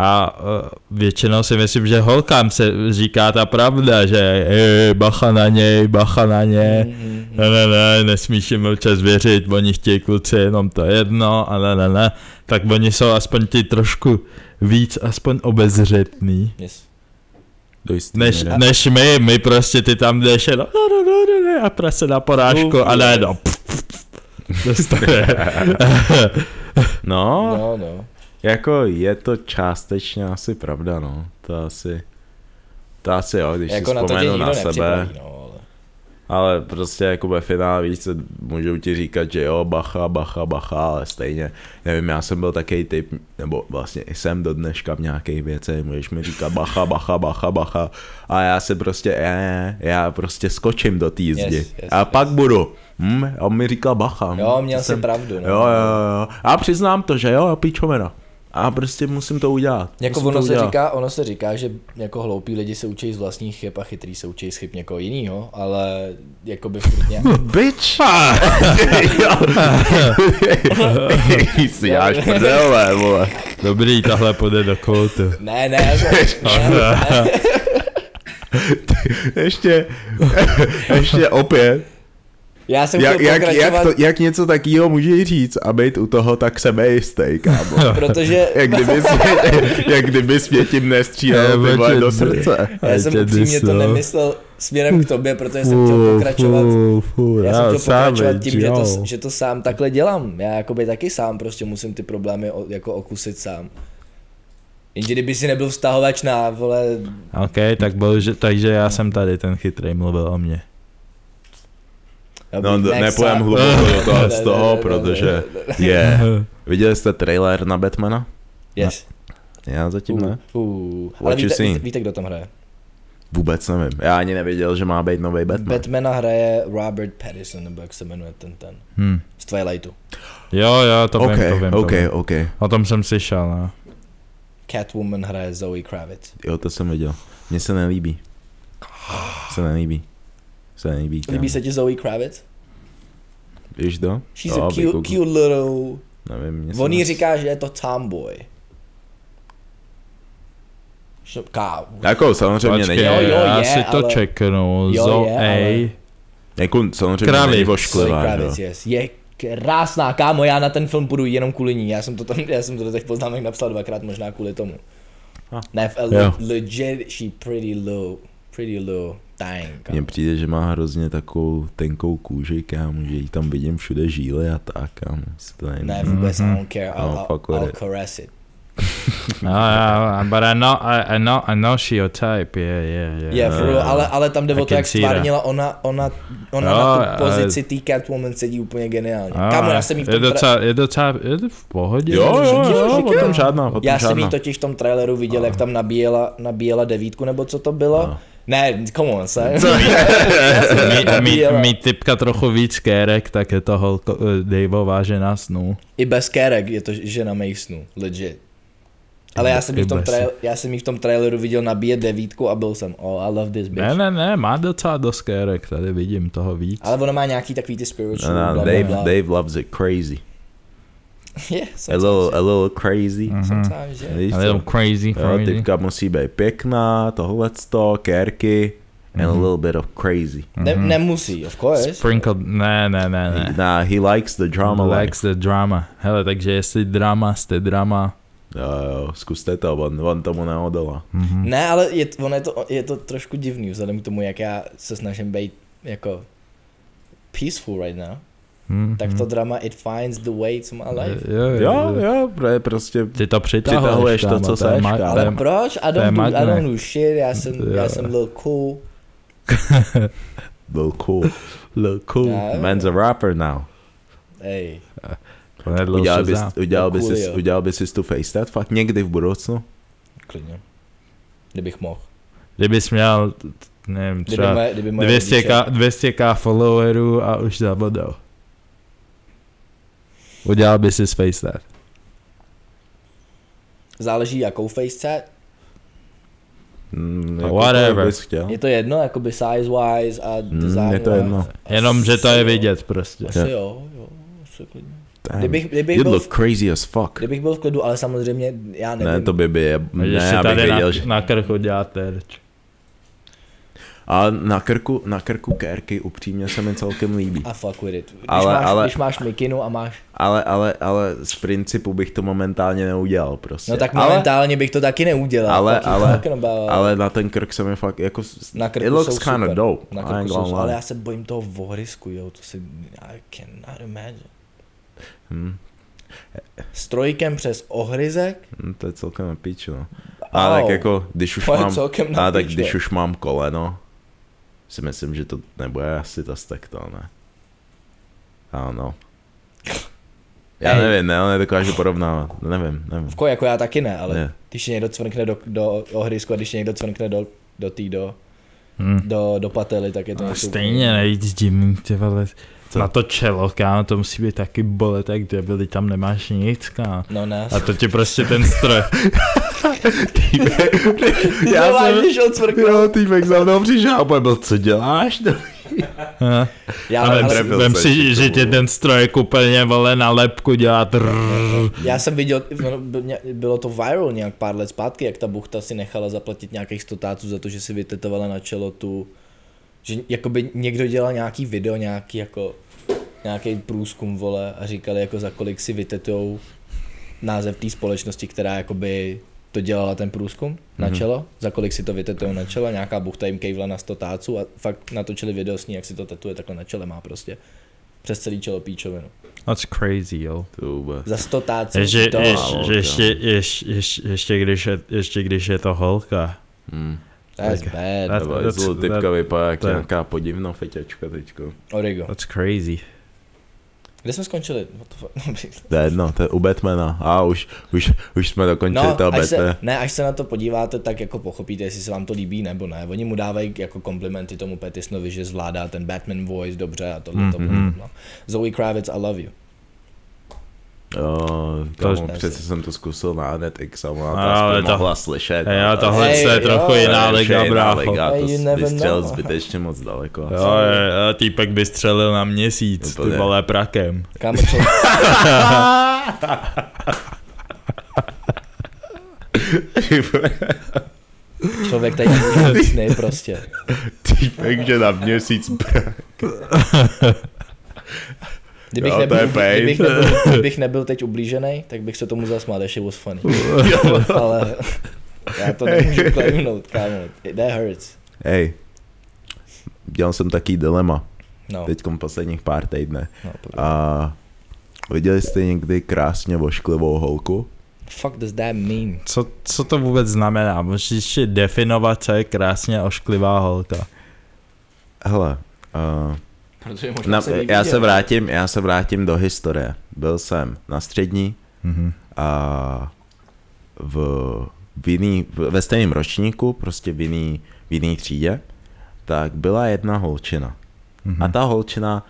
A eh, většinou si myslím, že holkám se říká ta pravda, že "Ej, bacha na něj, bacha na ně. Mhm, Ne, ne, ne, nesmíš jim občas věřit, oni chtějí kluci jenom to jedno, a ne, ne, ne. Tak oni jsou aspoň ti trošku víc, aspoň obezřetný. Yes. Do jistý Než, míry. než my, my prostě ty tam jdeš jenom no, no, no, no, no, a prase na porážku a ne, no. pf, pf, pf. Dostane. No, No, no. Jako je to částečně asi pravda, no. To asi, to asi jo, když Jako si na to tě vzpomenu nikdo na, sebe. nepřipraví, no, ale... Ale prostě jako ve finále víš, se můžou ti říkat, že jo, bacha, bacha, bacha, ale stejně, nevím, já jsem byl takový typ, nebo vlastně i jsem do dneška v nějakých věcech, můžeš mi říkat bacha, bacha, bacha, bacha, a já se prostě, je, já prostě skočím do té zdi. yes, a yes. pak budu, hm, on mi říkal bacha. hm, Jo, měl to jsi pravdu, no. Jo, jo, jo. A přiznám to, že jo, píčovina. A prostě musím to udělat. Jako musím ono to se, udělat. říká, ono se říká, že jako hloupí lidi se učí z vlastních chyb a chytrý se učí z chyb někoho jiného, ale jako by furt nějak... Bitch! Jsi jáš prdelé, vole. Dobrý, tahle půjde do koutu. Ne, ne, ne, ne, ne. Ještě, ještě opět. Já jsem Jak, chtěl jak, jak, pokračovat, to, jak něco takého může říct a být u toho tak sebejistý, kámo. protože Jak kdyby mě, jak kdyby mě tím nestřílel ty vole, do srdce. já jsem upřímně to no. nemyslel směrem k tobě, protože jsem chtěl pokračovat. Já jsem chtěl pokračovat tím, že to, že to sám takhle dělám. Já jakoby taky sám prostě musím ty problémy o, jako okusit sám. Jenže kdyby si nebyl vztahovač na, vole, Ok, tak bohužel, takže já jsem tady, ten chytrý mluvil o mně. já No, bych d- ne- nepojem sám- hluboko do toho Ne, z ne, toho, ne, ne, protože ne, ne. je. Viděli jste trailer na Batmana? Yes. Já zatím ne. Uh, uh. What Ale you víte, seen? víte, kdo tam hraje? Vůbec nevím. Já ani nevěděl, že má být nový Batman. Batmana hraje Robert Pattinson, nebo jak se jmenuje ten ten. Hm. Z Twilightu. Jo, jo, to OK, vím, to vím, to OK, vím. OK. O tom jsem slyšel, no. Catwoman hraje Zoe Kravitz. Jo, to jsem viděl. Mně se nelíbí. Se nelíbí. Se nelíbí. kámo. Líbí se ti Zoe Kravitz? Víš to? She's Jo, a cute, vykouknu. cute little... Nevím, mně se On jí moc- říká, že je to tomboy. Že- Kávu. Jako samozřejmě Počkej, není. Jo, jo, já je, si to ale- čeknu. Jo, Zoe. je, ale- Jako samozřejmě Kravic. není Zoe ošklivá, jo. no. Kravitz, yes. Je krásná, kámo, já na ten film půjdu jenom kvůli ní. Já jsem to tam, já jsem to do těch poznámek napsal dvakrát, možná kvůli tomu. Ne, v, Jo. le, legit, she pretty low, pretty low time, Mně kámo. přijde, že má hrozně takovou tenkou kůži, kámo, že jí tam vidím všude žíly a tak, kámo, si to nevím. Ne, vůbec, I don't Mhm. care, I'll, No, I'll, fuck with I'll it. caress it. No, no, but I know, I, I know, I know she your type, yeah, yeah, yeah. Je, yeah, for real, ale, ale tam jde I o to, can jak see that. stvárnila ona, ona, ona Jo, na tu ale- pozici té Catwoman sedí úplně geniálně. A, Kámo, já jsem jí v No. je tom tra- docela, je docela, je to v pohodě. Jo, jo, jo, že- jo, o tom žádná, o tom Já jsem žádná. jí totiž v tom traileru viděl, jak tam nabíjela, nabíjela devítku, nebo co to bylo. Ano. Ne, come on, se. Mí- mí, Nabíjela. mí typka trochu víc kérek, tak je to holko, eh, Daveová žena snů. I bez kerek je to žena mých snů, legit. Ale já jsem, jí v tom bez- trail, já jsem jí v tom traileru viděl nabíjet devítku a byl jsem, oh, I love this bitch. Ne, ne, ne, má docela dost kérek, tady vidím toho víc. Ale ona má nějaký takový ty spiritual, No, no, bla, Dave, bla, bla. Dave loves it crazy. Yeah, A little, a little crazy. sometimes, yeah. Víš Hmm. A co? little crazy, Jo, crazy. typka musí být pěkná, tohleto, kérky, and Mhm. a little bit of crazy. Ne, nemusí, of course. Sprinkle, ne, ne, ne, ne. Nah, he likes the drama Likes the drama. Hele, takže jestli drama, jste drama. life. Jo, jo, zkuste to, on, on tomu neodolá. Ne, ale je, ono je, to, je to trošku divný, vzhledem k tomu, jak já se snažím být jako peaceful right now. Hm, Tak to Mhm. drama It Finds the Way to My Life. Jo, Jo, jo, pro- prostě Ty to přitahuješ, Přitahuješ Eh, to, kámo, co je seš, ma- kámo. Ale je- proč? I to je don't, do, I magnet. don't do shit, já jsem, já Jo. jsem lil cool. byl cool. Byl cool. Já- Man's a rapper now. Ej, to je dlouho Udělal bys, za- udělal, Byl bys, cool, si- jo. udělal bys si tu face tat fakt někdy v budoucnu? klidně. Kdybych mohl. Kdybys měl, t- nevím, Kdyby třeba moje, kdyby moje 200k, 200k followerů a už zabodal. Udělal by si space that. Záleží jakou face Mm, No, Whatever. Bys chtěl? Je to jedno, jakoby size wise a design No. Mm, je to wise. jedno. Jenom, že to je vidět prostě. Asi jo, jo, asi klidně. Damn. Kdybych, kdybych, You Hm. byl, look v, crazy as fuck. kdybych byl v klidu, ale samozřejmě já nevím. Ne, to by by je, Když ne, si já bych tady věděl, na, že... na krk udělá terč. A na krku, na krku kérky upřímně se mi celkem líbí. A fuck with it. Když, Ale- ale, máš, ale- ale... když máš mikinu a máš... Ale, ale, ale z principu bych to momentálně neudělal prostě. No tak ale, momentálně bych to taky neudělal. ale, fuck you no, ale, talking about. ale na ten krk se mi fakt jako... na krku it looks jsou kinda super. dope. Na I krku ain't jsou, gonna ale lie. já se bojím toho vohrysku, jo, to si... I cannot imagine. Hm. S trojkem přes ohryzek? Hm, to je celkem na piču, no. A tak Au. jako, když už To je mám, celkem na a tak piču. když už mám koleno, si myslím, že to nebude asi tas tak to, ne. Ano. Já Ej. nevím, ne, nedokážu porovnávat, nevím, nevím. Ko, jako já taky ne, ale Ne. ne. když tě někdo cvrkne do, do ohrysku a když tě někdo cvrkne do, do tý, do, Hm. do, do pately, tak je to A něco No, Stejně nejvíc divný, ty vole. No, Co? Na to čelo, kámo, to musí být taky bolet, jak debil, teď tam nemáš nic, kámo. No ne. A to ti prostě ten stroj. Já Já jsem, vážíš odcvrknout. jo, týpek za mnou přišel a byl, co děláš? Aha. Já, A vem, ale, si- trefil vem se, si, ty že tě vole. ten strojek úplně vole na lepku dělá trrrr. já jsem viděl, ono by- ně- bylo to viral nějak pár let zpátky, jak ta buchta si nechala zaplatit nějakých 100 táců za to, že si vytetovala na čelo tu, že jakoby někdo dělal nějaký video, nějaký jako, nějaký průzkum, vole, a říkali jako za kolik si vytetujou název té společnosti, která jakoby to dělala ten průzkum na čelo, za kolik si to vytetujou na čelo, nějaká buchta jim kejvla na 100 táců a fakt natočili video s ní, jak si to tetuje takhle na čele má prostě. Přes celý čelo píčovinu. That's crazy, jo. Za 100 táců. Ještě, to- ještě, kámo. že ještě, ještě, ještě, ještě, když je, ještě když je to holka. Hm. That's bad. That's- Nebo zlou typka vypadá jak to je- nějaká podivná feťačka teďko. Origo. That's crazy. Kde jsme skončili? What the fuck? No, To je jedno, to je u Batmana. A už, už, už jsme dokončili No, toho až Batmana. se, ne, až se na to podíváte, tak jako pochopíte, jestli se vám to líbí nebo ne. Oni mu dávají jako komplimenty tomu Petisnovi, že zvládá ten Batman voice dobře a tohle mm-hmm. to. No. Zoe Kravitz, I love you. Jo, To- kámo, přece jsem to zkusil na Netflix a ona to Ale aspoň ta- mohla slyšet. Hej, no, ale to- tohle Hej, hey, je jo. trochu To je jiná ještě liga, jako jiná brácho. liga, Hey, to you never vystřelil know. zbytečně moc daleko. Jo, je, a týpek by střelil na měsíc, Úplně. ty vole, prakem. Kámo, čel... člověk tady dělá sny prostě. Týpek, že na měsíc brak. Kdybych, Jo, to nebyl, je pain. kdybych, nebyl, kdybych nebyl teď ublížený, tak bych se tomu zasmál, ještě was funny. Ale já to nemůžu klejmnout, kámo. That hurts. Hej, dělal jsem taký dilema No, teďkom posledních pár týdne. no pojď. A viděli jste někdy krásně vošklivou holku? fuck does that mean? Co, co to vůbec znamená? Můžeš ještě definovat, co je krásně ošklivá holka. Hele, uh, Protože možná na, já, se vrátím, já se vrátím do historie. Byl jsem na střední, Mhm. a v, v jiný, v- ve stejném ročníku, prostě v jiný, v jiný třídě, tak byla jedna holčina. Mhm. Mm-hmm. A ta holčina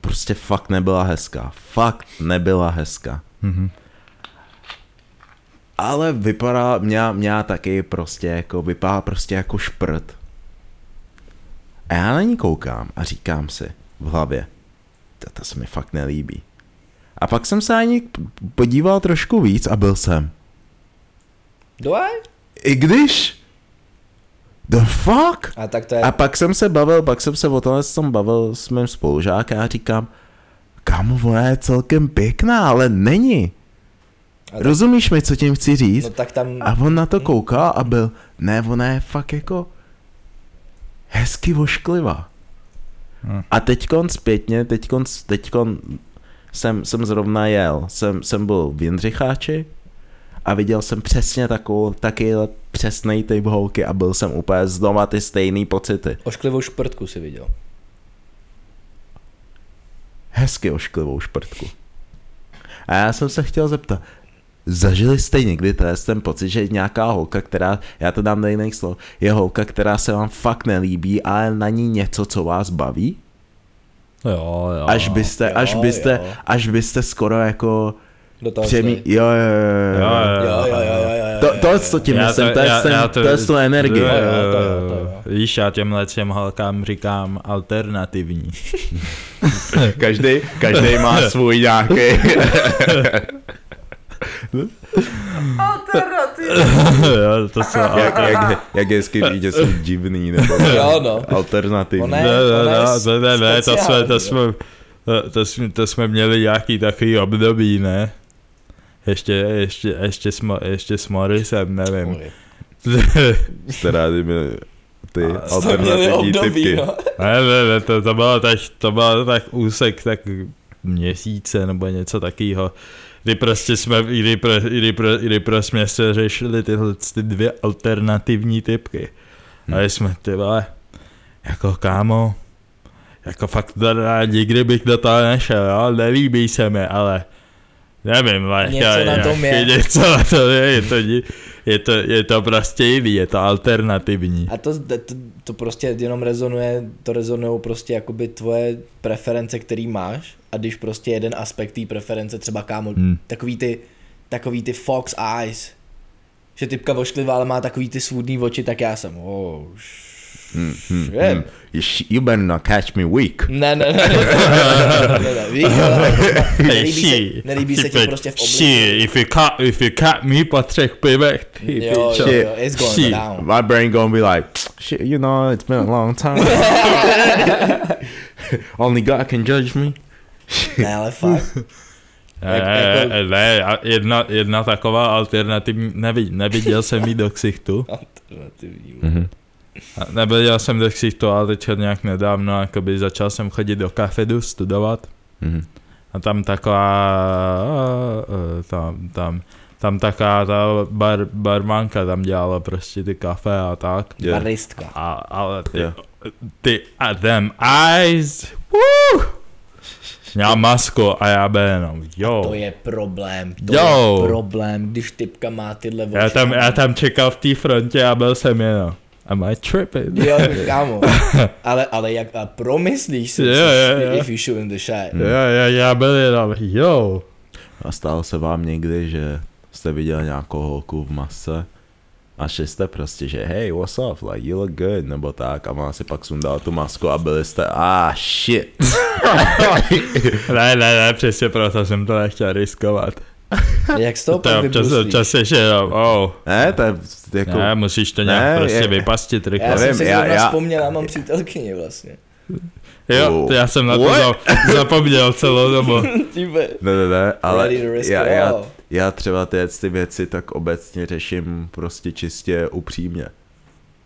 prostě fakt nebyla hezká. Fakt nebyla hezká. Mhm. Ale vypadá, měla, měla taky prostě jako, vypadá prostě jako šprt. A já na ní koukám a říkám si v hlavě, ta, ta se mi fakt nelíbí. A pak jsem se na ní p- podíval trošku víc a byl jsem. Do I? I když? The fuck? A tak to je... A pak jsem se bavil, pak jsem se o tomhle tom bavil s mým spolužákem a říkám, kámo, ona je celkem pěkná, ale není. A tak- Rozumíš mi, co tím chci říct? No tak tam... A on na to koukal a byl, ne, ona je fakt jako hezky vošklivá. Hmm. A teďkon zpětně, teďkon, teďkon jsem, jsem zrovna jel, jsem, jsem byl v Jindřicháči a viděl jsem přesně takovou, taky přesnej typ holky a byl jsem úplně znova ty stejný pocity. Ošklivou šprtku si viděl. Hezky ošklivou šprtku. A já jsem se chtěl zeptat, zažili jste někdy tenhle ten pocit, že nějaká holka, která, já to dám do jiných slov, je holka, která se vám fakt nelíbí, ale na ní něco, co vás baví? Jo, jo. Až byste, až jo, byste, jo. až byste skoro jako Do toho přemý... šli. Jo, jo, jo, Jo, jo. jo, Jo, jo, jo, jo, jo, jo, To, jo, to, jo, co jo. tím Já myslím, to je já- ten- já to je s tou energii. jo, Jo, jo, jo, to jo, jo. to jo. Víš, já těmhle těm holkám říkám alternativní. Každý, každý má svůj nějaký. Jo, to jsou al- jak, jak, jak hezky ví, že jsou divný, nebo Jo, no. alternativní. Ona je- Ne, ne, Ona ne, je ne, ne, ne, to jsme, speciální, jo. to jsme, to- to jsme, to jsme měli nějaký takový období, ne? Ještě, ještě, ještě, s, Mo- ještě s Morrisem, nevím. Teda ty, mi- ty To měli alternativní období, typky. no. ne, ne, ne, to, to bylo tak, to bylo tak úsek, tak měsíce nebo něco takového. Kdy prostě jsme, kdy, pro, kdy, pro, kdy pro jsme se řešili tyhle ty dvě alternativní typky. A jsme ty vole, jako kámo, jako fakt teda nikdy bych do toho nešel, jo, nelíbí se mi, ale nevím, ale Něco já- na já- tom je. něco na tom je, je to, ni- je to, je to prostě jiný, je to alternativní. A to, to, to prostě jenom rezonuje, to rezonují prostě jakoby tvoje preference, který máš a když prostě jeden aspekt té preference, třeba kámo, Hmm. takový ty, takový ty fox eyes, že typka vošklivá, ale má takový ty svůdný oči, tak já jsem, oh, Hmm, hmm, Shit. hmm. You sh- You better not catch me weak. Ne, ne, ne, ne, ne, ne, ne, víš, ale nelíbí se, Shit. nelíbí se ti Shit. prostě v Shit, obličeji. if you cut, if you cut me po třech pivech, ty Jo, jo, pičo. jo, it's going Shit. down. My brain gonna be like, shit, you know, it's been a long time. Only God can judge me. Ne, ale fakt, Eh, Jak- jako- eh, Ne, a jedna, jedna taková alternativní, nevi, neviděl jsem jí do ksichtu, alternativní. A neviděl jsem do ksichtu, ale teď nějak nedávno, jakoby začal jsem chodit do kafedu studovat Mhm. a tam taková, eh, tam, tam, tam taková ta bar, barmanka tam dělala prostě ty kafe a tak. Yeah. Baristka. A, ale ty, Jo. ty a them eyes, woo! Měla masko a já byl jenom, jo. To je problém, to Jo. je problém, když typka má tyhle oči. Já tam, já tam čekal v té frontě a byl jsem jenom, am I tripping? Jo, kámo, ale, ale jak, a promyslíš si, Jo, jo, jo. if you shoot in the shot. Já, já, já byl jenom, jo. A stalo se vám někdy, že jste viděl nějakou holku v mase a šli jste prostě, že hey, what's up, like you look good, nebo tak a ona si pak sundala tu masku a byli jste, ah shit. Ne, ne, ne, přesně proto jsem to nechtěl riskovat. Jak z toho To pak je občas, vybruslíš? občas je, že jo, oh. ne, to je jako, Ne, ne, musíš to nějak Ne, prostě je- vypastit rychle. Já jsem nevím, si já- zrovna já- vzpomněl, já mám přítelkyni vlastně. Jo, já jsem na to What? za- zapomněl celou dobu. Tybe. ne, ne, ne ale Ready to risk já, it já, all. já třeba ty, ty věci tak obecně řeším prostě čistě upřímně.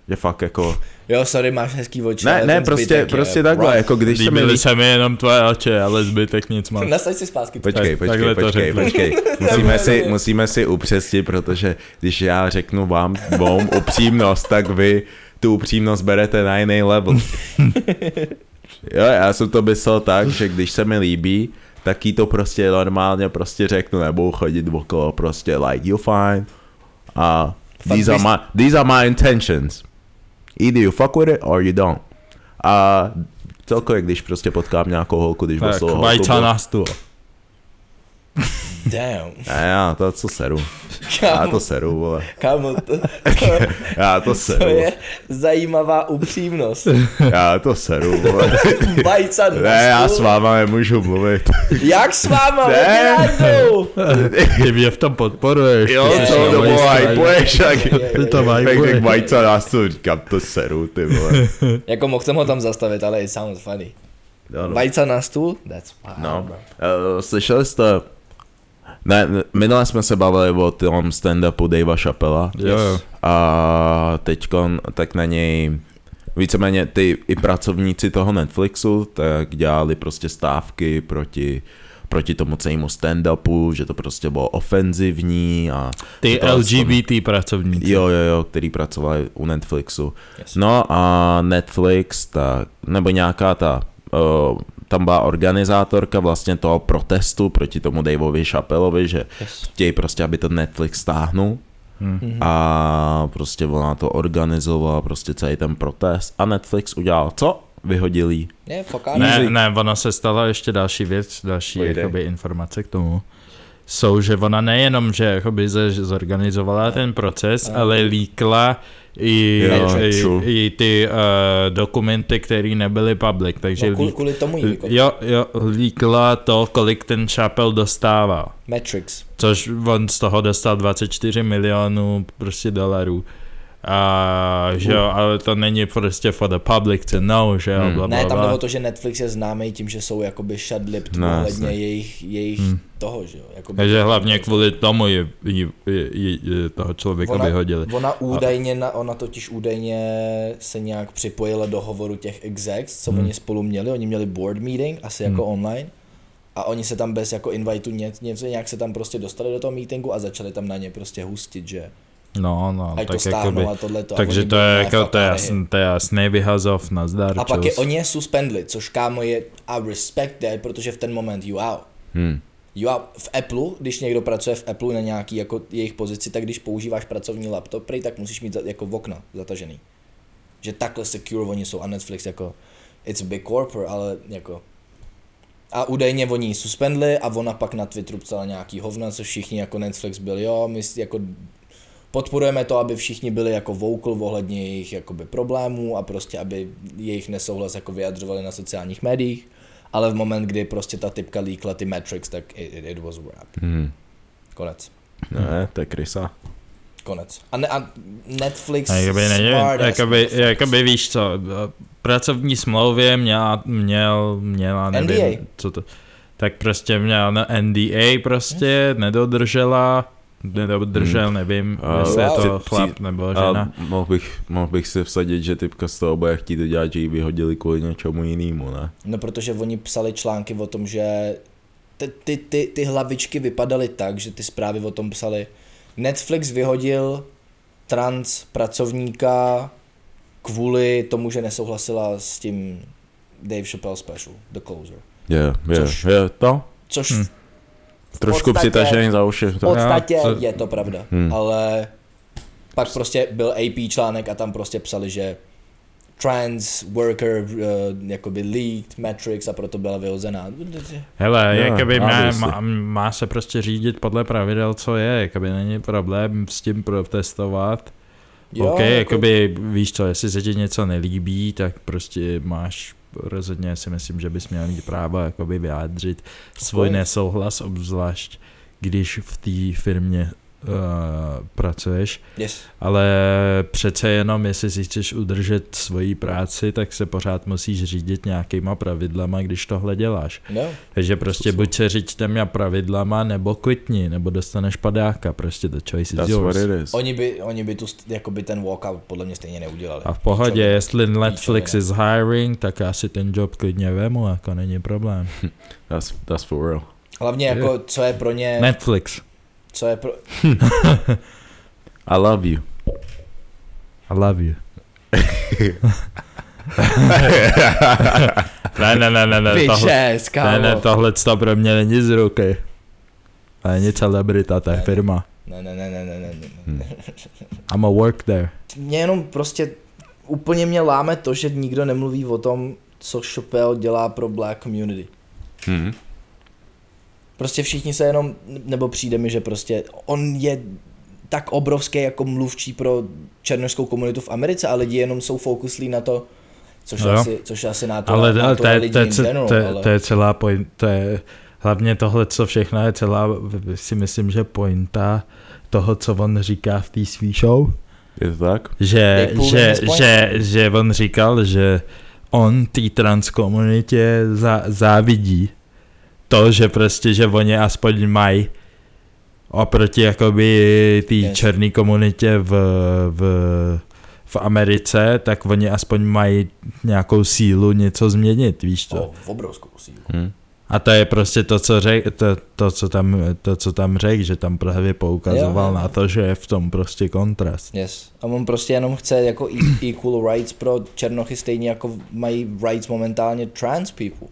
Že fakt jako, Jo, sorry, máš hezký oči. ale ne, ne, ten prostě, zbytek je prostě takhle, rough. jako když se mi Líbily líbí, se mi jenom tvoje oči, ale zbytek nic moc. Nasaď si zpátky. Počkej, Tak- počkej, takhle to počkej, řeknu. počkej. Musíme si, musíme si upřesnit, protože když já řeknu vám dvou upřímnost, tak vy tu upřímnost berete na jiný level. Jo, já jsem to myslel tak, že když se mi líbí, tak jí to prostě normálně prostě řeknu, nebudu chodit okolo prostě like you fine a these are bys- my, these are my intentions. Either you fuck with it or you don't. A celkově, když prostě potkám nějakou holku, když Tak, oslovu holku, vajca bo- na stůl. Damn. a já to co seru. Já Kámo, to seru, vole. kámo, to, Já to to seru. je zajímavá upřímnost. Já to seru, vole. Bajca na Ne, já stůl. s váma nemůžu mluvit. Jak s váma, Ne. Leonardo? Ty mě v tom podporuješ. ty Jo, jsi na celou mojí dobu straně. hypuješ, tak... Ty to Tak jak hypuješ. bajca nás to říkám, to seru, ty vole. Jako mohl jsem ho tam zastavit, ale it sounds funny. No, no. Vajca na stůl? That's wild, No, bro. eh, slyšeli jste... Ne, ne, minule jsme se bavili o tom stand-upu Davea Chappella. Jo, jo. A teďkon tak na něj víceméně ty i pracovníci toho Netflixu tak dělali prostě stávky proti proti tomu celému stand-upu, že to prostě bylo ofenzivní a... Ty to bylo LGBT pracovníci. Jo, jo, jo, který pracovali u Netflixu. Yes. No a Netflix, tak, nebo nějaká ta, uh, tam byla organizátorka vlastně toho protestu proti tomu Daveovi Chapelovi, že Yes. chtějí prostě, aby to Netflix stáhnul. Mhm. Hmm. A prostě ona to organizovala, prostě celý ten protest. A Netflix udělal co? Vyhodil jí. Ne, fokáno. Ne, ne, ona se stala ještě další věc, další Pojdej. jakoby, informace k tomu. Jsou, že ona nejenom, že jakoby ze- zorganizovala ten proces, ale líkla i, Jo, i, true. i ty uh, dokumenty, které nebyly public, takže No, kvůli, lík, kvůli tomu jí jako jo, jo, líkla to, kolik ten Chappell dostával. Matrix. Což on z toho dostal 24 milionů prostě dolarů. A, že jo, ale to není prostě for the public to know, že jo, Hmm. bla, bla, Ne, tam bla. bylo to, že Netflix je známý tím, že jsou jakoby shadlipped No, no, jasně. ohledně jejich, jejich hmm. toho, že jo. Jakoby, Takže hlavně kvůli tomu je, je, je, je, je toho člověka ona, ona, vyhodili. ona údajně, na, ona totiž údajně se nějak připojila do hovoru těch execs, co hmm. oni spolu měli, oni měli board meeting, asi jako Hmm. online. A oni se tam bez jako inviteu ně, něco, nějak se tam prostě dostali do toho meetingu a začali tam na ně prostě hustit, že No, no, ať to tak stáhnou jakoby, a tohleto. takže a oni to byli, je, ne, jako, fuck to, je outta here. jasný, to je jasný vyhazov, nazdar, A pak je, čus. oni je suspendli, což kámo je, I respect that, protože v ten moment you out. Hmm. Jo, a v Apple, když někdo pracuje v Apple na nějaký jako jejich pozici, tak když používáš pracovní laptop, prej, tak musíš mít za, jako v okna zatažený. Že takhle secure oni jsou a Netflix jako, it's a big corporate, ale jako. A údajně oni ji suspendli a ona pak na Twitteru psala nějaký hovna, co všichni jako Netflix byli, jo, my s- jako podporujeme to, aby všichni byli jako vocal ohledně jejich jakoby problémů a prostě, aby jejich nesouhlas jako vyjadřovali na sociálních médiích, ale v moment, kdy prostě ta typka líkla ty Matrix, tak it, it, it was a wrap. Hmm. Konec. Ne, to je krysa. Konec. A, ne, a Netflix Jakoby, nevím, smart ass jakoby, motherfuckers. jakoby víš co, pracovní smlouvě měla, měl, měla, nevím, NDA. co to, tak prostě měla na NDA prostě, nedodržela, nedodržel, nevím, Hmm. A jestli je to ty- ty- chlap nebo žena. A mohl bych, mohl bych si vsadit, že typka z toho bude chtít udělat, že ji vyhodili kvůli něčemu jinému, ne? No protože oni psali články o tom, že ty, ty, ty, ty hlavičky vypadaly tak, že ty zprávy o tom psali. Netflix vyhodil trans pracovníka kvůli tomu, že nesouhlasila s tím Dave Chappelle special, The Closer. Je, je, Což- je to. Což Hm. hmm. Trošku podstatě- přitažený za uši. v To, podstatě Já, co- je to pravda, Hmm. hmm. ale pak prostě byl AP článek a tam prostě psali, že trans worker uh, jakoby leaked metrics a proto byla vyhozená. Hele, Jo, no, jakoby já má, myslím. má, má, se prostě řídit podle pravidel, co je, jakoby není problém s tím protestovat. Jo, OK, jako... jakoby víš co, jestli se ti něco nelíbí, tak prostě máš rozhodně si myslím, že bys měl mít právo jakoby vyjádřit svůj Ok. nesouhlas, obzvlášť když v té firmě uh, pracuješ, Yes. ale přece jenom, jestli si chceš udržet svoji práci, tak se pořád musíš řídit nějakýma pravidlama, když tohle děláš. No. Takže prostě buď se říď těmi pravidlama, nebo kvitni, nebo dostaneš padáka, prostě the choice is that's what yours. it is. Oni by, oni by tu, st- jakoby ten walkout podle mě stejně neudělali. A v pohodě, jestli Netflix Píčovina. is hiring, tak já si ten job klidně vemu, jako není problém. That's, that's for real. Hlavně jako, co je pro ně, Netflix, co je pro, I love you. I love you. ne, ne, ne, ne, ne, tohle, Bitches, Eh, ne, kámo. ne, tohle to pro mě není z ruky. To není celebrita, to je firma. Ne, ne, ne, ne, ne, ne, ne. Hm. Hmm. I'm a work there. Mě jenom prostě úplně mě láme to, že nikdo nemluví o tom, co Chappelle dělá pro black community. Hmm. Prostě všichni se jenom, nebo přijde mi, že prostě on je tak obrovský jako mluvčí pro černožskou komunitu v Americe a lidi jenom jsou fokuslí na to, což, No no jo. asi, což asi na to, Ale na to, to, to, je- lidi to, je in ce- general, to, je- ale- to je celá point, to je hlavně tohle, co všechno je celá, si myslím, že pointa toho, co on říká v té svý show. Je to tak? že, Deadpool že, není spojen. že, že on říkal, že on té trans komunitě zá, závidí to, že prostě, že oni aspoň mají oproti jakoby té yes. Yes. černé komunitě v, v, v Americe, tak oni aspoň mají nějakou sílu něco změnit, víš to. o, v obrovskou sílu. Hmm. A to je prostě to, co řek, to, to, co tam, to, co tam řekl, že tam právě poukazoval Jo, jo, na jo. to, že je v tom prostě kontrast. Yes. A on prostě jenom chce jako e- equal rights pro černochy stejně jako mají rights momentálně trans people.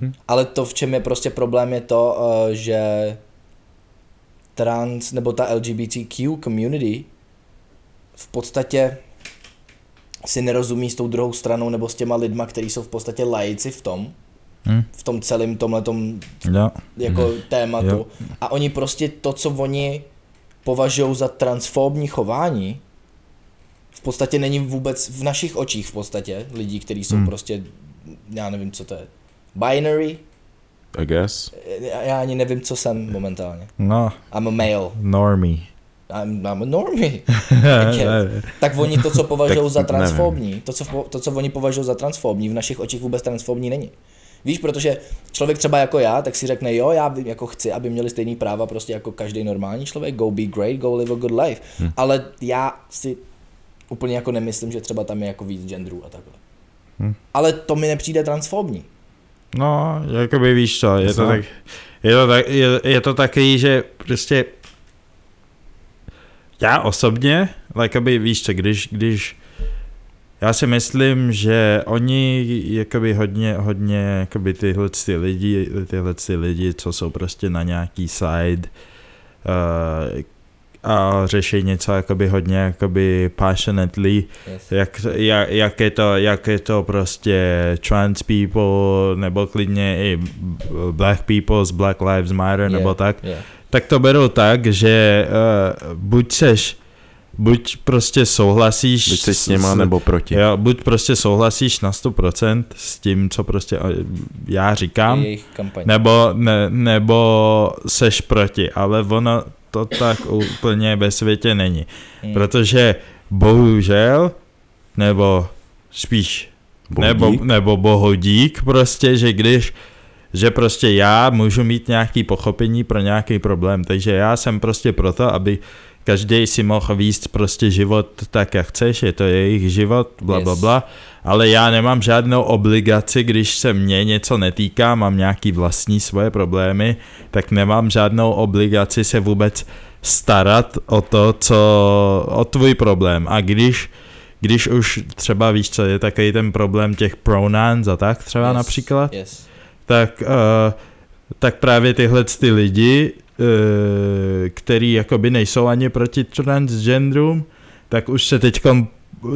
Mhm. Ale to, v čem je prostě problém, je to, eh, že trans nebo ta LGBTQ community v podstatě si nerozumí s tou druhou stranou nebo s těma lidma, kteří jsou v podstatě laici v tom, Hm? v tom celém tomhletom Jo. jako tématu. Jo. A oni prostě to, co oni považují za transfobní chování, v podstatě není vůbec v našich očích v podstatě lidí, kteří jsou Hmm. hmm. prostě, já nevím, co to je, binary, I guess. já já ani nevím, co jsem momentálně. No, I'm a male, Normie. I'm, I'm a normie. Jaké? tak oni to, co považují za nevím. transfobní, to co, po- to, co oni považují za transfobní, v našich očích vůbec transfobní není. Víš, protože člověk třeba jako já, tak si řekne, jo, já vím, jako chci, aby měli stejný práva prostě jako každý normální člověk, go be great, go live a good life. Hm. Hmm. Ale já si úplně jako nemyslím, že třeba tam je jako víc genderů a takhle. Hm. Hmm. Ale to mi nepřijde transfobní. No, jakoby víš co, je to, Co? tak, je, to tak, je, je to takový, že prostě já osobně, jakoby víš co, když, když já si myslím, že oni jakoby hodně, hodně jakoby tyhle ty lidi, tyhle ty lidi, co jsou prostě na nějaký side uh, a řeší něco jakoby hodně jakoby passionately, Yes. jak, jak, jak, je to, jak je to prostě trans people, nebo klidně i black people z Black Lives Matter, Je, yeah. nebo tak, je. tak to berou tak, že uh, buď seš, buď prostě souhlasíš Buď jsi s nima nebo proti. jo, buď prostě souhlasíš na 100% s tím, co prostě eh, já říkám, Je jejich kampaň. nebo, ne, nebo seš proti, ale ono to tak úplně ve světě není. Hmm. Protože bohužel, nebo spíš, Bohu nebo, dík. nebo bohodík prostě, že když, že prostě já můžu mít nějaký pochopení pro nějaký problém, takže já jsem prostě proto, aby každý si mohl víst prostě život tak, jak chceš, je to jejich život, bla, bla, Yes. bla, ale já nemám žádnou obligaci, když se mě něco netýká, mám nějaký vlastní svoje problémy, tak nemám žádnou obligaci se vůbec starat o to, co, o tvůj problém. A když, když už třeba víš, co je takový ten problém těch pronouns a tak třeba yes. například, Yes. tak, uh, tak právě tyhle ty lidi, uh, který jakoby nejsou ani proti transgenderům, tak už se teďkon,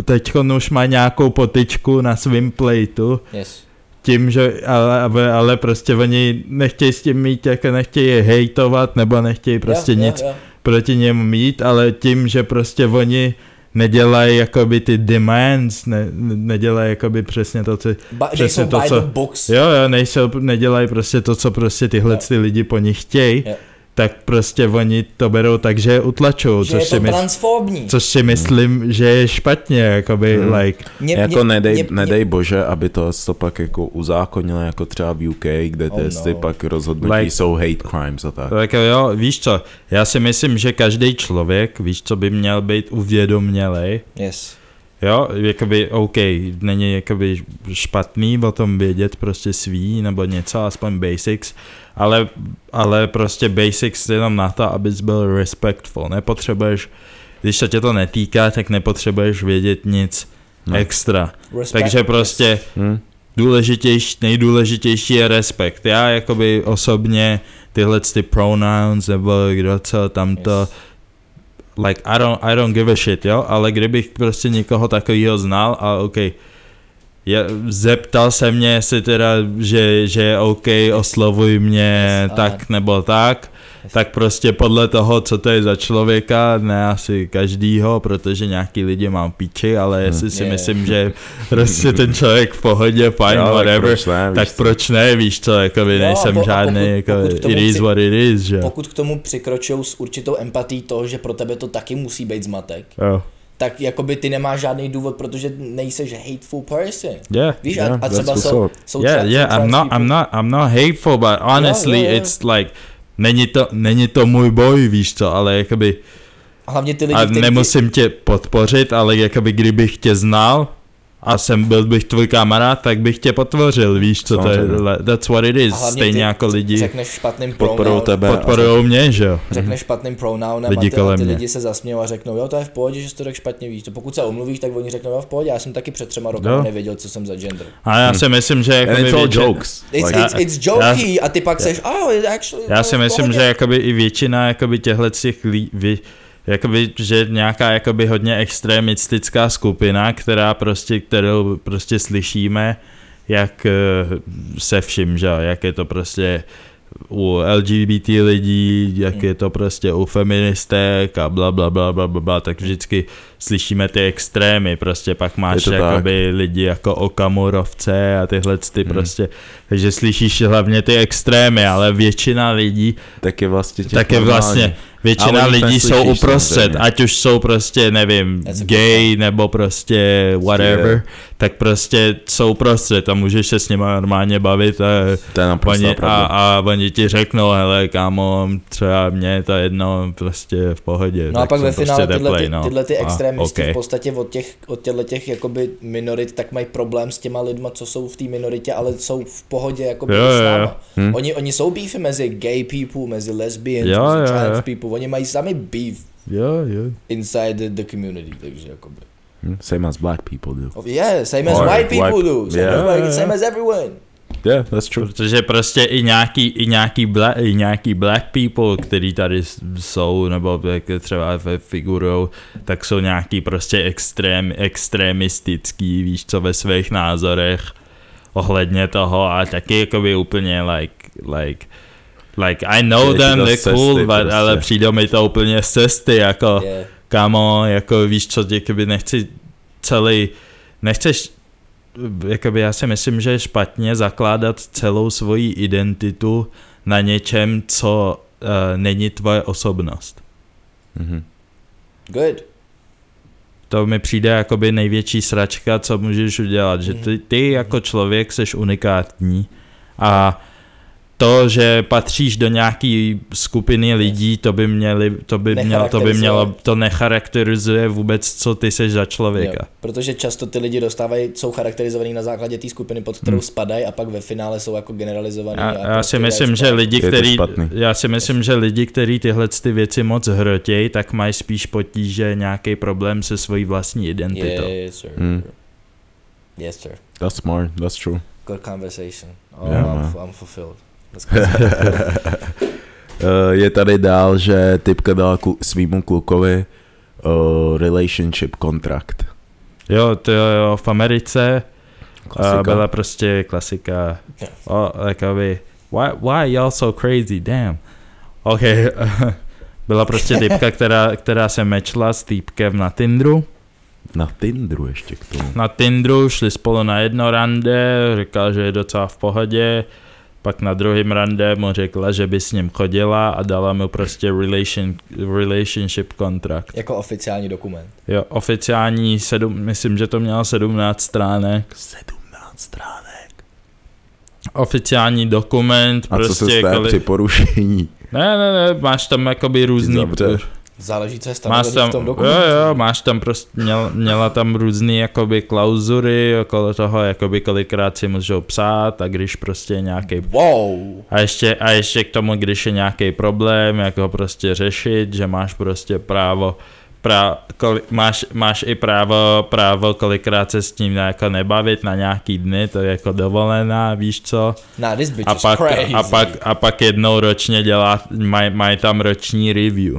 teďkon už má nějakou potyčku na svým plateu, Yes. tím, že, ale, ale- ale prostě oni nechtějí s tím mít, jako nechtějí je hejtovat, nebo nechtějí prostě Jo, nic jo, jo. proti němu mít, ale tím, že prostě oni nedělají jakoby ty demands, ne, nedělají jakoby přesně to, co, Ba- Přesně nejsou to, by co- the box. jo jo, nejsou, nedělají prostě to, co prostě tyhle Jo. ty lidi po nich chtějí, Jo. tak prostě oni to berou tak, že je utlačují, Že je což, si to mys- transfobní. což si myslím, že je špatně, jakoby, Hmm. like, Mě- jako mě- nedej, mě- nedej bože, aby to to pak jako uzákonilo jako třeba v UK, kde Oh ty oh, no. no. pak rozhodnutí Like- like, jsou hate crimes a tak. Tak jo, víš co, já si myslím, že každý člověk, víš co, by měl být uvědomělej, mě- Yes. jo, jakoby OK, není jakoby špatný o tom vědět prostě svý nebo něco, aspoň basics, ale, ale prostě basics jenom na to, abys byl respectful, nepotřebuješ, když se tě to netýká, tak nepotřebuješ vědět nic No. extra. Respect. Takže prostě Hm? důležitější, nejdůležitější je respekt. Já jakoby osobně tyhle ty pronouns nebo kdo co tamto, Yes. yes. like I don't, I don't give a shit, jo, ale kdybych prostě někoho takového znal a OK, je, zeptal se mě, jestli teda, že, že je OK, oslovuj mě Yes, yes, tak ale- nebo tak, Yes. tak prostě podle toho, co to je za člověka, ne asi každýho, protože nějaký lidi mám piči, ale jestli si Yeah. myslím, že prostě ten člověk v pohodě, fine, Jo, tak whatever, proč ne, tak víš co? proč ne, víš co, jakoby prostě, Jo, nejsem a po- a žádný, pokud- jako pokud k tomu it is při- what it is, že? jo. Pokud k tomu přikročou s určitou empatí to, že pro tebe to taky musí být zmatek, Jo. tak jakoby ty nemáš žádný důvod, protože nejseš hateful person. Yeah. Víš, Yeah, a, a that's třeba what's jsou, up. jsou yeah, tra- yeah, jsou I'm trans not, I'm people. not, I'm not hateful, but honestly, jo, jo. it's like, není to, není to můj boj, víš co, ale jakoby, Hlavně ty lidi, a který- nemusím tě podpořit, ale jakoby kdybych tě znal, a jsem byl bych tvůj kamarád, tak bych tě potvořil, víš co, to je, Samozřejmě. le- that's what it is, a hlavně stejně ty jako lidi Řekneš špatným Podporou pronoun, tebe. a- podporujou mě, že jo. řekneš špatným pronounem Lidi a ty, kolem ty mě. lidi se zasmějou a řeknou, jo, to je v pohodě, že jsi to tak špatně víš. To pokud se omluvíš, tak oni řeknou, jo, v pohodě, já jsem taky před třema rokama Jo. nevěděl, co jsem za gender. A já si myslím, že And jakoby it's all větši- jokes. It's, Like, it's, it's jokey a ty pak seš, oh, it actually, Já to si je v myslím, pohodě." že jakoby i většina jakoby těchhle těch lí, vy, jakoby, že nějaká jakoby hodně extremistická skupina, která prostě, kterou prostě slyšíme, jak eh, se vším, že jo, jak je to prostě u LGBT lidí, Hmm. jak je to prostě u feministek a bla, bla, bla, bla, bla, bla tak vždycky slyšíme ty extrémy, prostě pak máš to tak. jakoby lidi jako okamurovce a tyhle ty Hmm. prostě, takže slyšíš hlavně ty extrémy, ale většina lidí, tak je vlastně těch tak je vlastně, normálně. většina Ale oni to lidí neslyšíš jsou uprostřed, samozřejmě. ať už jsou prostě, nevím, That's a good gay nebo prostě whatever, je. tak prostě jsou uprostřed a můžeš se s nimi normálně bavit a To je Prostě naprosto Oni, a, pravda. a oni ti řeknou, hele kámo, třeba mě je to jedno, prostě v pohodě. No a tak pak ve jsem finále prostě tyhle, teplej, ty, no. tyhle ty A, extrémisti okay. okay. v podstatě od, těch, od těchto těch jakoby minorit tak mají problém s těma lidma, co jsou v té minoritě, ale jsou v pohodě jakoby Jo, jo, s jo, jo. náma. Hm. Oni, oni jsou beefy mezi gay people, mezi lesbians, Jo, mezi jo, jo. trans people, oni mají sami beef Jo, jo. inside the, the community, takže jakoby. Hm, Same as black people do. Of- Yeah, same as Or white people white- do, same, yeah. as, white, same as everyone. Yeah, that's true. Protože prostě i nějaký, i nějaký, black, i nějaký black people, který tady s- jsou, nebo jak třeba ve figurou, tak jsou nějaký prostě extrém, extremistický, víš co, ve svých názorech ohledně toho a taky jakoby úplně like, like, like I know Přijde ti them, to they're z cool, cesty but, prostě. ale přijde mi to úplně z cesty, jako Yeah. kámo, jako víš co, jakoby nechci celý, nechceš, jakoby já si myslím, že je špatně zakládat celou svoji identitu na něčem, co uh, není tvoje osobnost. Mhm. Good. To mi přijde jakoby největší sračka, co můžeš udělat, že ty, ty jako člověk seš unikátní a to, že patříš do nějaký skupiny lidí, to by, měli, to by, mělo, to by mělo, to necharakterizuje vůbec, co ty seš za člověka. Jo, protože často ty lidi dostávají, jsou charakterizovaní na základě té skupiny, pod kterou spadají a pak ve finále jsou jako generalizovaní. Hm. Já, a já prostě si myslím, dají že spát. lidi, Je to který, špatný. já si myslím, že lidi, kteří tyhle ty věci moc hrotějí, tak mají spíš potíže nějaký problém se svojí vlastní identitou. Yes, sir. Hmm. Yes, sir. That's smart, that's true. Good conversation. Oh, Yeah, I'm, man. f- I'm fulfilled. Let's go. Eh, Je tady dál, že typka dala ku, svýmu klukovi eh, relationship kontrakt. Jo, to jo, jo, v Americe Klasika. Uh, byla prostě klasika. Yeah. O, jakoby, why, why y'all so crazy, damn. OK, byla prostě typka, která, která se mečla s týpkem na Tinderu. Na Tinderu ještě k tomu. Na Tinderu šli spolu na jedno rande, říkal, že je docela v pohodě. Pak na druhém rande mu řekla, že by s ním chodila a dala mu prostě relation, relationship kontrakt. jako oficiální dokument. Jo, oficiální, sedm, myslím, že to mělo 17 stránek. 17 stránek. oficiální dokument, A co prostě se stane kolik- při porušení? Ne, ne, ne, máš tam jakoby různý... zavřeš. Záleží, co je Máš stanovený tam, v tom jo, dokumentu. jo, máš tam prostě, měl, měla tam různý jakoby klauzury okolo toho, jakoby kolikrát si můžou psát a když prostě je nějaký Wow. a ještě, a ještě k tomu, když je nějaký problém, jak ho prostě řešit, že máš prostě právo, prá, koli, máš, máš, i právo, právo kolikrát se s tím jako nebavit na nějaký dny, to je jako dovolená, víš co. Nah, this bitch A is pak, crazy. a pak, a pak jednou ročně dělá, mají maj tam roční review.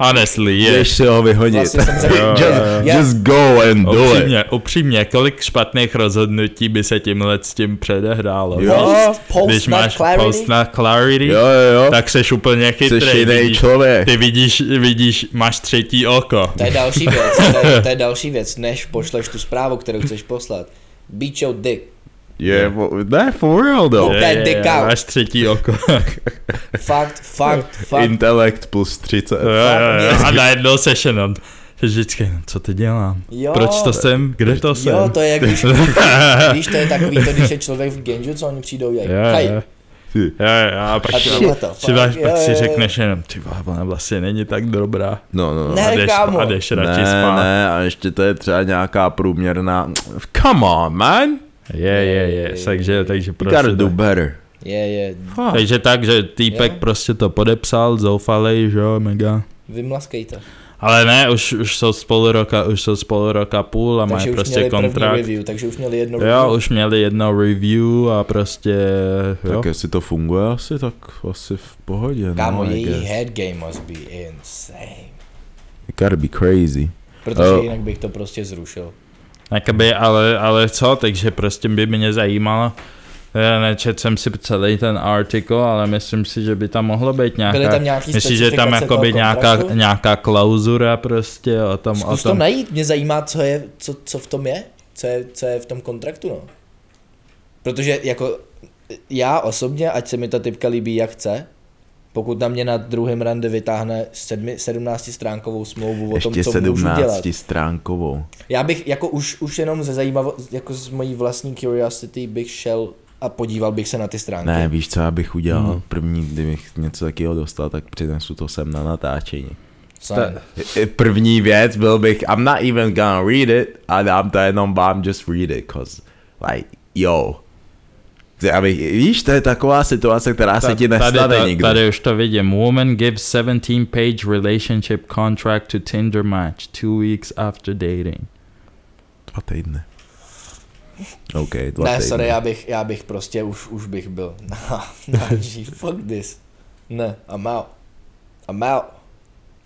Honestly, je. Jdeš si ho vyhodit. Vlastně jsem se- just, Já- just go and do it. Upřímně, upřímně, kolik špatných rozhodnutí by se tímhle s tím předehrálo. Jo. Post, post, Když not máš clarity. post na clarity, Jo, jo, jo. tak seš úplně chytrý. Jsi jiný vidíš- člověk. Ty vidíš, vidíš, máš třetí oko. To je další věc, to je, to je další věc, než pošleš tu zprávu, kterou chceš poslat. Beat your dick. Je, ne, for real though. Je. that dick out. máš třetí oko. Fakt, fakt, fakt. Intelekt plus 30. Jo, jo, jo. Fakt. A najednou seš jenom, seš vždycky, jenom, co ty dělám? Jo. Proč to jsem? Kde to jsem? Jo, to je jak když, když to je takový to, když je člověk v genžu, co oni přijdou jak, Jo, hej, jo. Ty. Jo, jo, a pak, A si- shit, what the si, dáš, fuck, pak jo, si jo, jo. řekneš jenom, ty vole, ona vlastně není tak dobrá. No, no, no. Ne, A jdeš, kámo. a jdeš radši ne, spát. ne, a ještě to je třeba nějaká průměrná... Come on, man! Je, je, je, takže, takže You prostě gotta do better. je, je, Fuck. Takže tak, že týpek Jo. prostě to podepsal, zoufalej, že jo, mega. vymlaskej to. Ale ne, už, už jsou spolu roka, už jsou spolu roka půl a Takže mají už prostě měli první kontrakt. review, takže už měli jedno Jo, review. už měli jedno review a prostě, jo. Tak jestli to funguje asi, tak asi v pohodě. Kámo, no, I její guess. head game must be insane. You gotta be crazy. Protože Jo. jinak bych to prostě zrušil. Jakoby, ale, ale co, takže prostě by mě zajímalo, já nečet jsem si celý ten artikel, ale myslím si, že by tam mohlo být nějaká, Byly tam nějaký myslím, že tam specifikace jakoby toho nějaká, kontraktu? nějaká klauzura prostě o tom, o Zkus to tom. najít, mě zajímá, co, je, co, co v tom je, co je, co je v tom kontraktu, no. Protože jako já osobně, ať se mi ta typka líbí jak chce, pokud na mě na druhém rande vytáhne sedmi, 17 stránkovou smlouvu o tom, Ještě co můžu dělat. 17 stránkovou. Já bych jako už, už jenom ze zajímavo, jako z mojí vlastní curiosity bych šel a podíval bych se na ty stránky. Ne, víš, co já bych udělal Hmm. první, kdybych něco takového dostal, tak přinesu to sem na natáčení. Sám. I- i První věc byl bych, I'm not even gonna read it, a dám to jenom vám, just read it, cause like, yo. Já bych, víš, to je taková situace, která se ti tady, nestane to- nikdy. tady už to vidím. Woman gives 17 page relationship contract to Tinder match two weeks after dating. Dva týdny. OK, dva Ne, týdny. sorry, já bych, já bych prostě už, už bych byl na, na G, fuck this. Ne, I'm out. I'm out.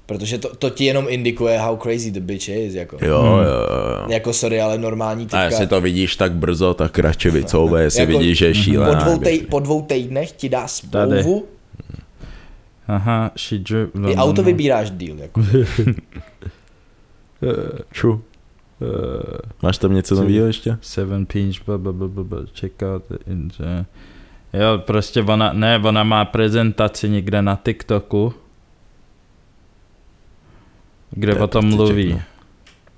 Protože to, to ti jenom indikuje, how crazy the bitch is, jako. Jo, jo, jo. jo. Jako sorry, ale normální A typka. jestli to vidíš tak brzo, tak radši vycouvej, jestli Jako- vidíš, že je po, šílená. dvou tej, Tej... po dvou týdnech ti dá smlouvu, Aha, she drew... Mm. ty auto vybíráš deal, jako. True. Máš tam něco Co- nového ještě? Seven Pinch, blah, blah, blah, blah, blah, check out the inter... Jo, prostě ona, ne, ona má prezentaci někde na TikToku, kde Ne, o tom to chci mluví. čeknout.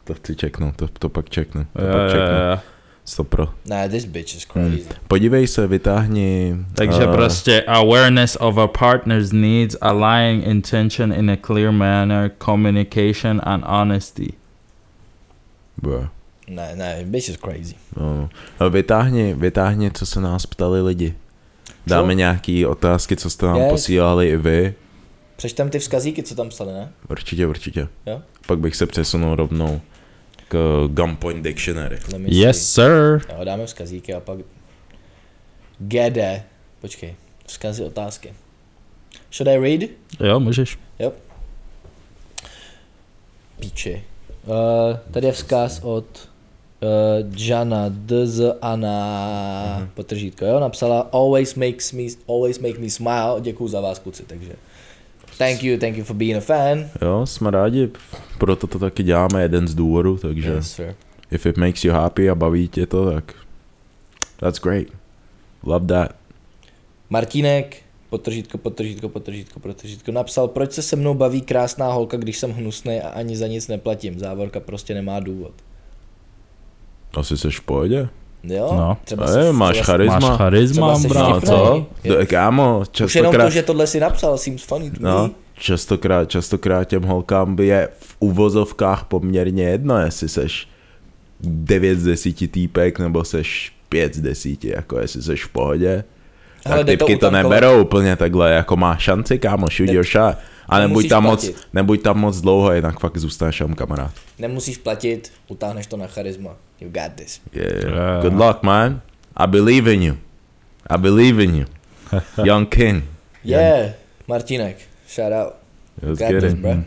To chci čeknout, to, to pak čeknu. To Jo, pak jo, čeknu. jo. Stopro. Nah, this bitch Mm. is crazy. Podívej se, vytáhni. Takže eh, prostě awareness of a partner's needs, aligning intention in a clear manner, communication and honesty. bro, Ne, ne, bitch is crazy. No. no. Vytáhni, vytáhni, co se nás ptali lidi. Dáme nějaký otázky, co jste nám Yes. posílali i vy. Přečtem ty vzkazíky, co tam psali, ne? Určitě, určitě. Jo. Pak bych se přesunul rovnou k Gunpoint Dictionary. Let me see. Yes, sir. Jo, dáme vzkazíky a pak... GD. Počkej. Vzkazy otázky. Should I read? Jo, můžeš. Píči. Uh, tady je vzkaz od uh, Jana D z Ana Mhm. mm-hmm. potržítko, jo, napsala always makes me always make me smile. Děkuju za vás kluci, takže thank you, thank you for being a fan. Jo, jsme rádi, proto to taky děláme, jeden z důvodů, takže Yes, sir. if it makes you happy a baví tě to, tak that's great. Love that. Martínek, potržítko, potržítko, potržítko, potržítko, napsal, proč se se mnou baví krásná holka, když jsem hnusný a ani za nic neplatím. Závorka prostě nemá důvod. Asi seš v pohodě? Jo, No. třeba Eh, máš třeba- charisma. Máš Třeba charisma, seš No, bro. vtipnej. co? Je- Do- Kámo, Už jenom to, častokrát... že tohle si napsal, seems funny to No, me. častokrát, častokrát těm holkám by je v uvozovkách poměrně jedno, jestli seš 9 z 10 týpek, nebo seš 5 z 10, jako jestli seš v pohodě. Tak Hele, jde to typky to, utankovat. neberou úplně takhle, jako má šanci, kámo, shoot your shot. A nebuď Nemusíš tam, moc, platit. nebuď tam moc dlouho, jinak fakt zůstaneš tam kamarád. Nemusíš platit, utáhneš to na charisma. You got this. Yeah. Yeah. Good No. luck, man. I believe in you. I believe in you. Young King. Yeah, Martinek, shout out. Let's Got get this, it. bro. Uh,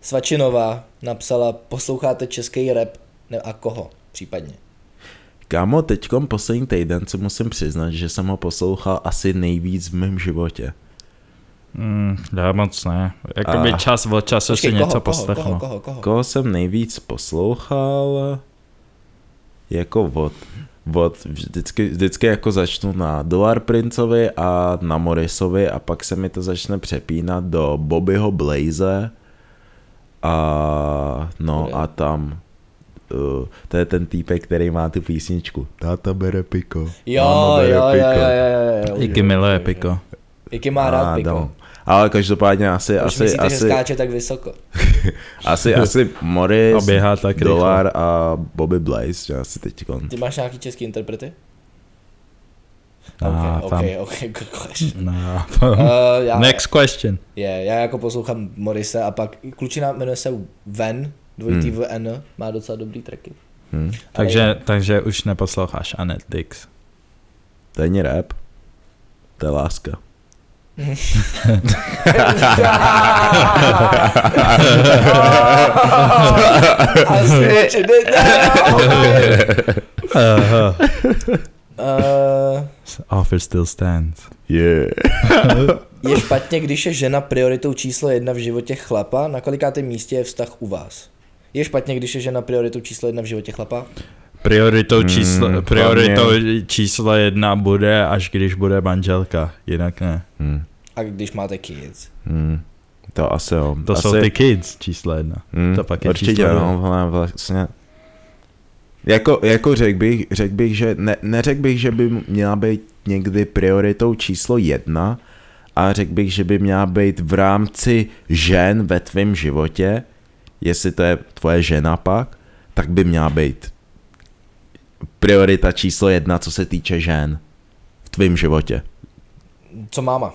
Svačinová napsala, posloucháte český rap ne, a koho případně. Kámo, teďkom poslední týden se musím přiznat, že jsem ho poslouchal asi nejvíc v mém životě. Mm, já moc ne. Jakoby A- čas od času si koho, něco koho, koho, poslechnu. koho, koho, Koho jsem nejvíc poslouchal? Jako od, od vždycky, vždycky jako začnu na Dollar Princeovi a na Morrisovi a pak se mi to začne přepínat do Bobbyho Blaze a no Dobré. a tam uh, to je ten týpek, který má tu písničku. Táta bere piko. Jo, máma jo, bere jo, jo, piko. jo, jo, jo. Iky milé piko. Jaký má A, rád no. piko? Ale každopádně asi, Proč asi, myslíte, že asi, skáče tak vysoko? asi, asi A Morris, běhá tak rychle. Dolar a Bobby Blaze, já asi teď kon. Ty máš nějaký český interprety? Ah, ok, tam. ok, ok, good question. No. Uh, já, Next question. Je, já jako poslouchám Morise a pak klučina jmenuje se Ven, dvojitý hmm. VN, má docela dobrý tracky. Hm. Ale Hmm. Takže, takže už neposloucháš Anet Dix. To není rap. To je láska. Asi, ne, ne, Eh, Offer still stands. Yeah. Je špatně, když je žena prioritou číslo jedna v životě chlapa? Na kolikátém místě je vztah u vás? Je špatně, když je žena prioritou číslo jedna v životě chlapa? Prioritou číslo, Mm, mm, prioritou číslo jedna bude, až když bude manželka, jinak ne. Hm. A když máte kids? Hm. To asi jo. To asi, Asi... jsou ty kids číslo jedna. hm, to pak je Určitě, číslo no, hele, vlastně. Jako, jako řekl bych, řek bych, že ne, neřekl bych, že by měla být někdy prioritou číslo jedna, a řekl bych, že by měla být v rámci žen ve tvém životě, jestli to je tvoje žena pak, tak by měla být priorita číslo jedna, co se týče žen v tvém životě. Co máma?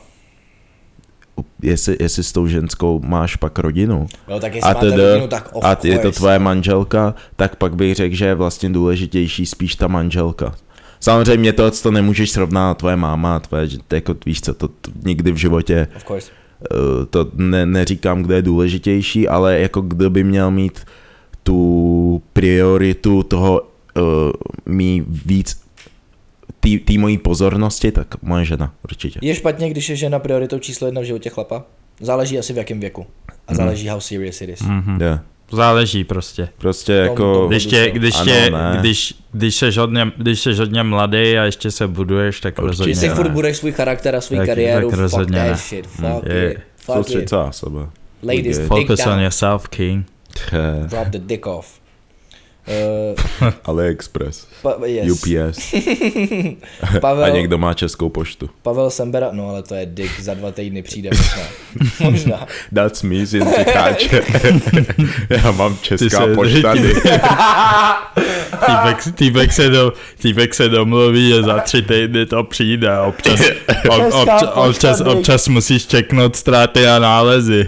jestli, jestli s tou ženskou máš pak rodinu No tak jestli A máte tedy- rodinu, tak of a je to course. tvoje manželka, tak pak bych řekl, že je vlastně důležitější spíš ta manželka. Samozřejmě to, co to nemůžeš srovnat, tvoje máma, tvoje, ž- to jako víš co, to, to nikdy v životě, Of course. eh, to ne, neříkám, kdo je důležitější, ale jako kdo by měl mít tu prioritu toho uh, mý víc, tý, tý mojí pozornosti, tak moje žena určitě. Je špatně, když je žena prioritou číslo jedna v životě chlapa? Záleží asi v jakém věku. A Hmm. záleží, how serious it is. Mhm. Yeah. Záleží prostě. Prostě Tom- jako... tom- Když, tě, když, Ano, tě, ne. když, když, seš hodně, když seš hodně mladý a ještě se buduješ, tak Určitě. rozhodně Jestli Ne, furt ne. budeš svůj charakter a svůj Tak- kariéru, tak fuck rozhodně that ne. shit, Hmm. fuck Je- it, fuck Soustřed it. se na sebe. Good. Ladies, dick Focus on down, yourself, king. Tch, eh. drop the dick off. Eh, AliExpress, pa, yes. UPS a Pavel, někdo má českou poštu. Pavel Sembera, no ale to je dick, za dva týdny přijde možná. možná. That's me, zinzikáče. Já mám česká Ty se- pošta. ty- ty- Týpek, týpek, se do, týpek se domluví a za tři týdny to přijde. Občas, ob, občas, občas, občas musíš čeknout ztráty a nálezy.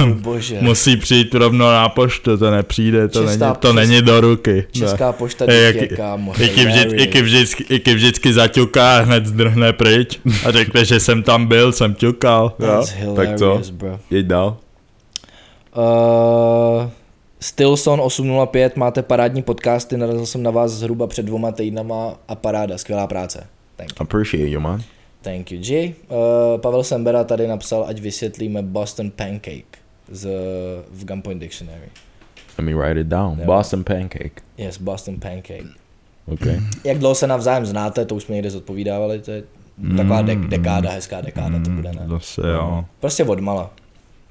Oh, bože. Musí přijít rovno na poštu, to nepřijde, to, Čistá není, to přes- není do ruky. Česká pošta Ne. dick Jak- je kámo. Iky, vždy, hilarious. iky, vždycky, iky vždycky zaťuká a hned zdrhne pryč a řekne, že jsem tam byl, jsem ťukal. Jo, That's tak co? hilarious, bro. Jeď dál. Uh, Stilson 805, máte parádní podcasty, narazil jsem na vás zhruba před dvoma týdnama a paráda, skvělá práce. Thank you, Appreciate you, man. Thank you G. Uh, Pavel Sembera tady napsal, ať vysvětlíme Boston Pancake z, v Gunpoint Dictionary. Let me write it down. Never. Boston pancake. Yes, Boston Pancake. Okay. Jak dlouho se navzájem znáte, to už jsme někde zodpovídávali, to je taková Mm. dek- dekáda, hezká dekáda to bude, ne? Zase No jo. Prostě odmala.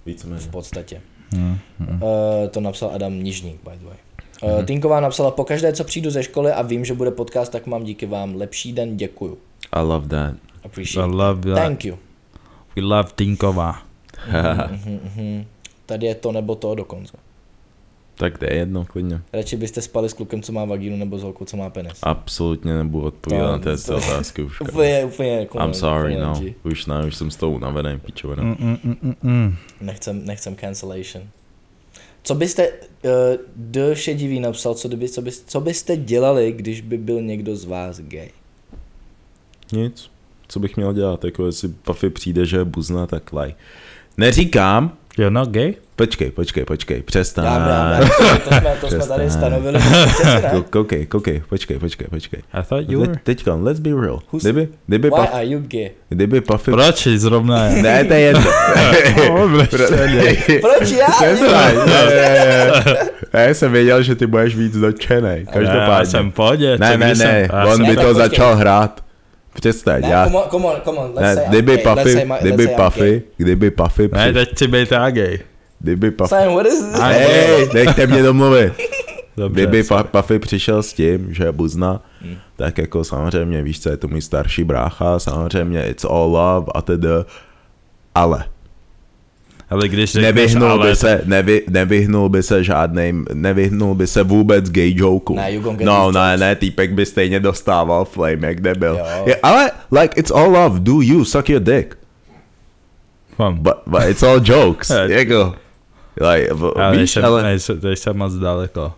Víceméně. v podstatě. Mm. Eh, to napsal Adam Nižník, by the way. Mhm. Eh, Tinková napsala, pokaždé, co přijdu ze školy a vím, že bude podcast, tak mám díky vám lepší den, děkuju. I love that. I Appreciate. love that. Thank you. We love Tinková. Mhm, Tady je to nebo to dokonce. tak to je jedno, No, klidně. Radši byste spali s klukem, co má vagínu, nebo s holkou, co má penis. Absolutně nebudu odpovídat To- na této to- otázky už. kámo. Úplně, úplně. I'm konec, sorry, konec, no. G. Už ne, už jsem s tou unavený, pičovina. Mm, mm, mm, mm, mm. Nechcem, nechcem cancellation. Co byste, uh, D šedivý napsal, co, kdyby, co, by, co byste dělali, když by byl někdo z vás gay? Nic. Co bych měl dělat? Jako jestli Puffy přijde, že je buzna, tak laj. Neříkám, You're not gay? počkej, počkej, počkej, přestaň. Dám, dám, dám, to jsme, to jsme tady Ah. Přestaň. stanovili. přesně, ne? Ko- Koukej, koukej, počkej, počkej, počkej. I thought you Teď, were. teďka, let's be real. Who's- Kdyby, kdyby, Why Puff, are you gay? kdyby Puffy... Proč zrovna je? Ne, to je jedno. No, Proč já? Přestaň, ne, ne, ne. Já jsem věděl, že ty budeš víc dotčený, Ne, já každopádně. jsem v pohodě. co Ne, ne, když ne, jsem, já on jsem- by tak to počkej. začal hrát. Přestaň, Ne, já... come on, come on, come on, let's Ne, say kdyby I'm gay, let's say Puffy, I'm- let's kdyby say I'm gay. Puffy, kdyby Puffy, Ne, při- teď si být já gay. kdyby Puffy, Sam, what is this? A- hej, nechte mě domluvit. Dobře. Kdyby pa, Puffy přišel s tím, že je buzna, Hmm. tak jako samozřejmě, víš co, je to můj starší brácha, samozřejmě it's all love a tedy, ale Ale když řekneš, nevyhnul ale, by se, nevy, nevyhnul by se žádným, nevyhnul by se vůbec gay joke. Ne, you gonna get No, these ne, ne, týpek by stejně dostával flame, jak debil. Jo. Je, ale, like, it's all love, do you, suck your dick. Fam. But, but it's all jokes, Eh, jako. Like, v- ale, víš, jsem, ale... nejsem, nejsem moc daleko.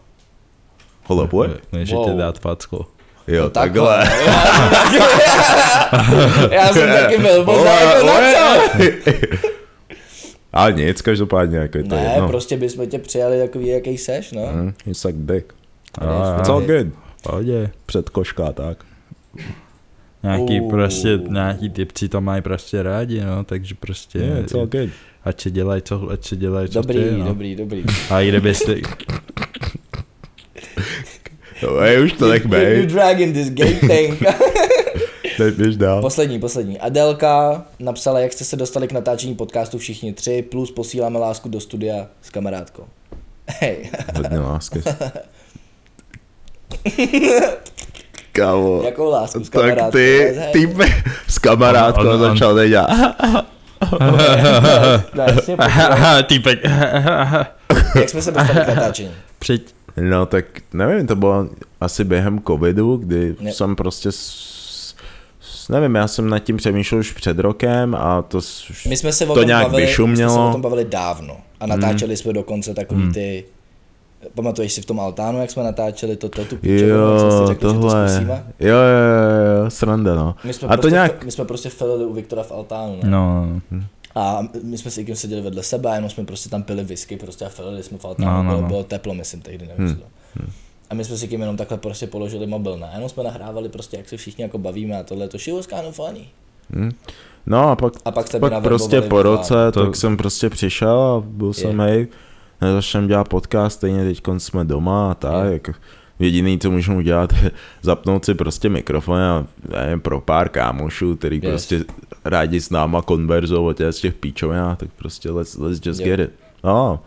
Hello, boy? Můžete Wow. dát facku. Jo, Takhle. takhle. Já jsem taky byl, možná jako na co? Ale nic, každopádně, jako je to Ne, jedno. prostě bychom tě přijali takový, jaký seš, no. Hm, You suck dick. A, Ah, It's a, all good. v Pohodě. Před koška, tak. Nějaký Oh. Uh. prostě, nějaký typci to mají prostě rádi, no, takže prostě, Yeah, it's all good. ať se dělají, co, ať se dělají, co Dobrý, chtějí, no. dobrý, dobrý. A kdybyste, Jo, je, už to tak You- You bej. dragging this gay thing. Teď běž dál. Poslední, poslední. Adelka napsala, jak jste se dostali k natáčení podcastu všichni tři, plus posíláme lásku do studia s kamarádkou. Hej, Hodně lásky. Kámo. jakou lásku Jako s kamarádkou? Tak ty, Hej. ty pe- s kamarádkou On- on- on- začal teď já. Ne, jasně, týpek, Jak jsme se dostali k natáčení? přijď, No tak nevím, to bylo asi během covidu, kdy Ne. jsem prostě s, s, nevím, já jsem nad tím přemýšlel už před rokem a to s- už My jsme se o To tom nějak bavili, My jsme se vyšumělo. Hmm. o tom bavili dávno a natáčeli jsme dokonce takový ty... Pamatuješ si v tom altánu, jak jsme natáčeli to, to tu píčovinu, jak jsme si Jo, vlastně řekli, že to tohle. zkusíme? Jo, jo, jo, jo, sranda, no. My jsme, A to prostě, nějak, my jsme prostě felili u Viktora v altánu, ne? no, A my jsme s Ikem seděli vedle sebe a jenom jsme prostě tam pili whisky prostě a felili jsme v altánu, No, no, no, no, bylo, no. bylo teplo, myslím, tehdy, nevím, hmm. co to. A my jsme si Ikem jenom takhle prostě položili mobil na, jenom jsme nahrávali prostě, jak se všichni jako bavíme a tohle, to she was kind of funny. no a pak, A pak jste mě pak prostě naverbovali po v roce, To- tak jsem prostě přišel a byl jsem, hej, začneme dělat podcast, stejně teď jsme doma a tak, jako jediný, co můžeme udělat, je zapnout si prostě mikrofon a nevím, pro pár kámošů, který Yes. prostě rádi s náma konverzou o těch- z těch píčovin, a tak prostě let's, let's just Jo. get it. No,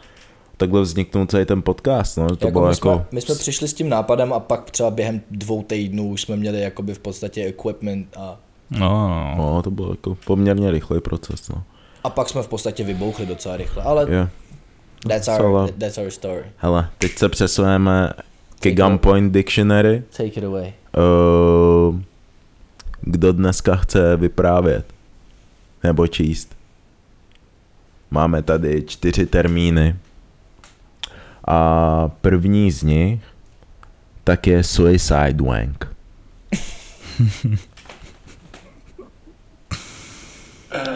takhle vzniknul celý ten podcast, no, to jako bylo my, jsme, jako... my jsme přišli s tím nápadem a pak třeba během dvou týdnů už jsme měli jakoby v podstatě equipment a, No, No, to byl jako poměrně rychlý proces, no. a pak jsme v podstatě vybouchli docela rychle, ale Je. that's, celá- our, that's our story. Hele, teď se přesuneme ke Take it. Gunpoint Dictionary. Take it away. Eh, Kdo dneska chce vyprávět? Nebo číst? Máme tady čtyři termíny. A první z nich tak je Suicide Wank.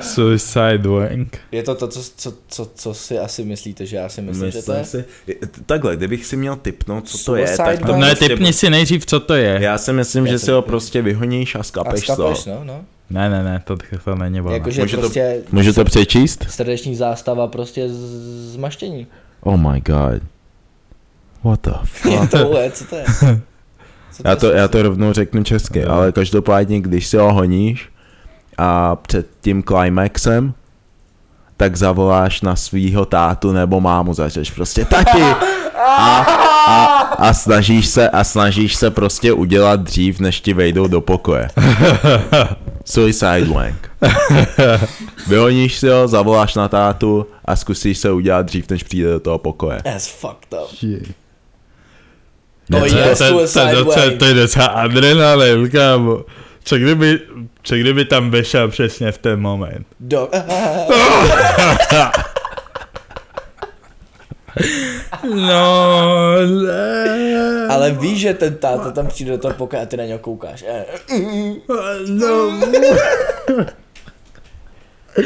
Suicide Wank. Je to to, co, co, co, co si asi myslíte, že já si myslím, že to je? Myslím si, takhle, kdybych si měl typnout, co to je, Suicide tak to Wank? Ne, prostě- typni No, si nejdřív, co to je. Já si myslím, Já že si si ho taky. prostě vyhoníš a A skapeš to. skapeš, no, no. Ne, ne, ne, to, to není ono. Jakože Může to- prostě Můžu to přečíst? srdeční zástava prostě z- zmaštění. Oh my god. What the fuck? Je tohle, co to je? Co Já to, je? já to rovnou řeknu česky, Jo. ale každopádně, když si ho honíš a před tím climaxem, tak zavoláš na svýho tátu nebo mámu, začneš prostě tati a, a, a, snažíš se, a snažíš se prostě udělat dřív, než ti vejdou do pokoje. Suicide wank. Vyhoníš si ho, zavoláš na tátu a zkusíš se udělat dřív, než přijde do toho pokoje. That's fucked up. To To je je to- to je suicide docela- way. to je docela adrenalin, kámo. Co kdyby, co kdyby tam vešel přesně v ten moment? Do... No, ne. Ale víš, že ten táta tam přijde do toho pokoje a ty na něho koukáš. Eh, No,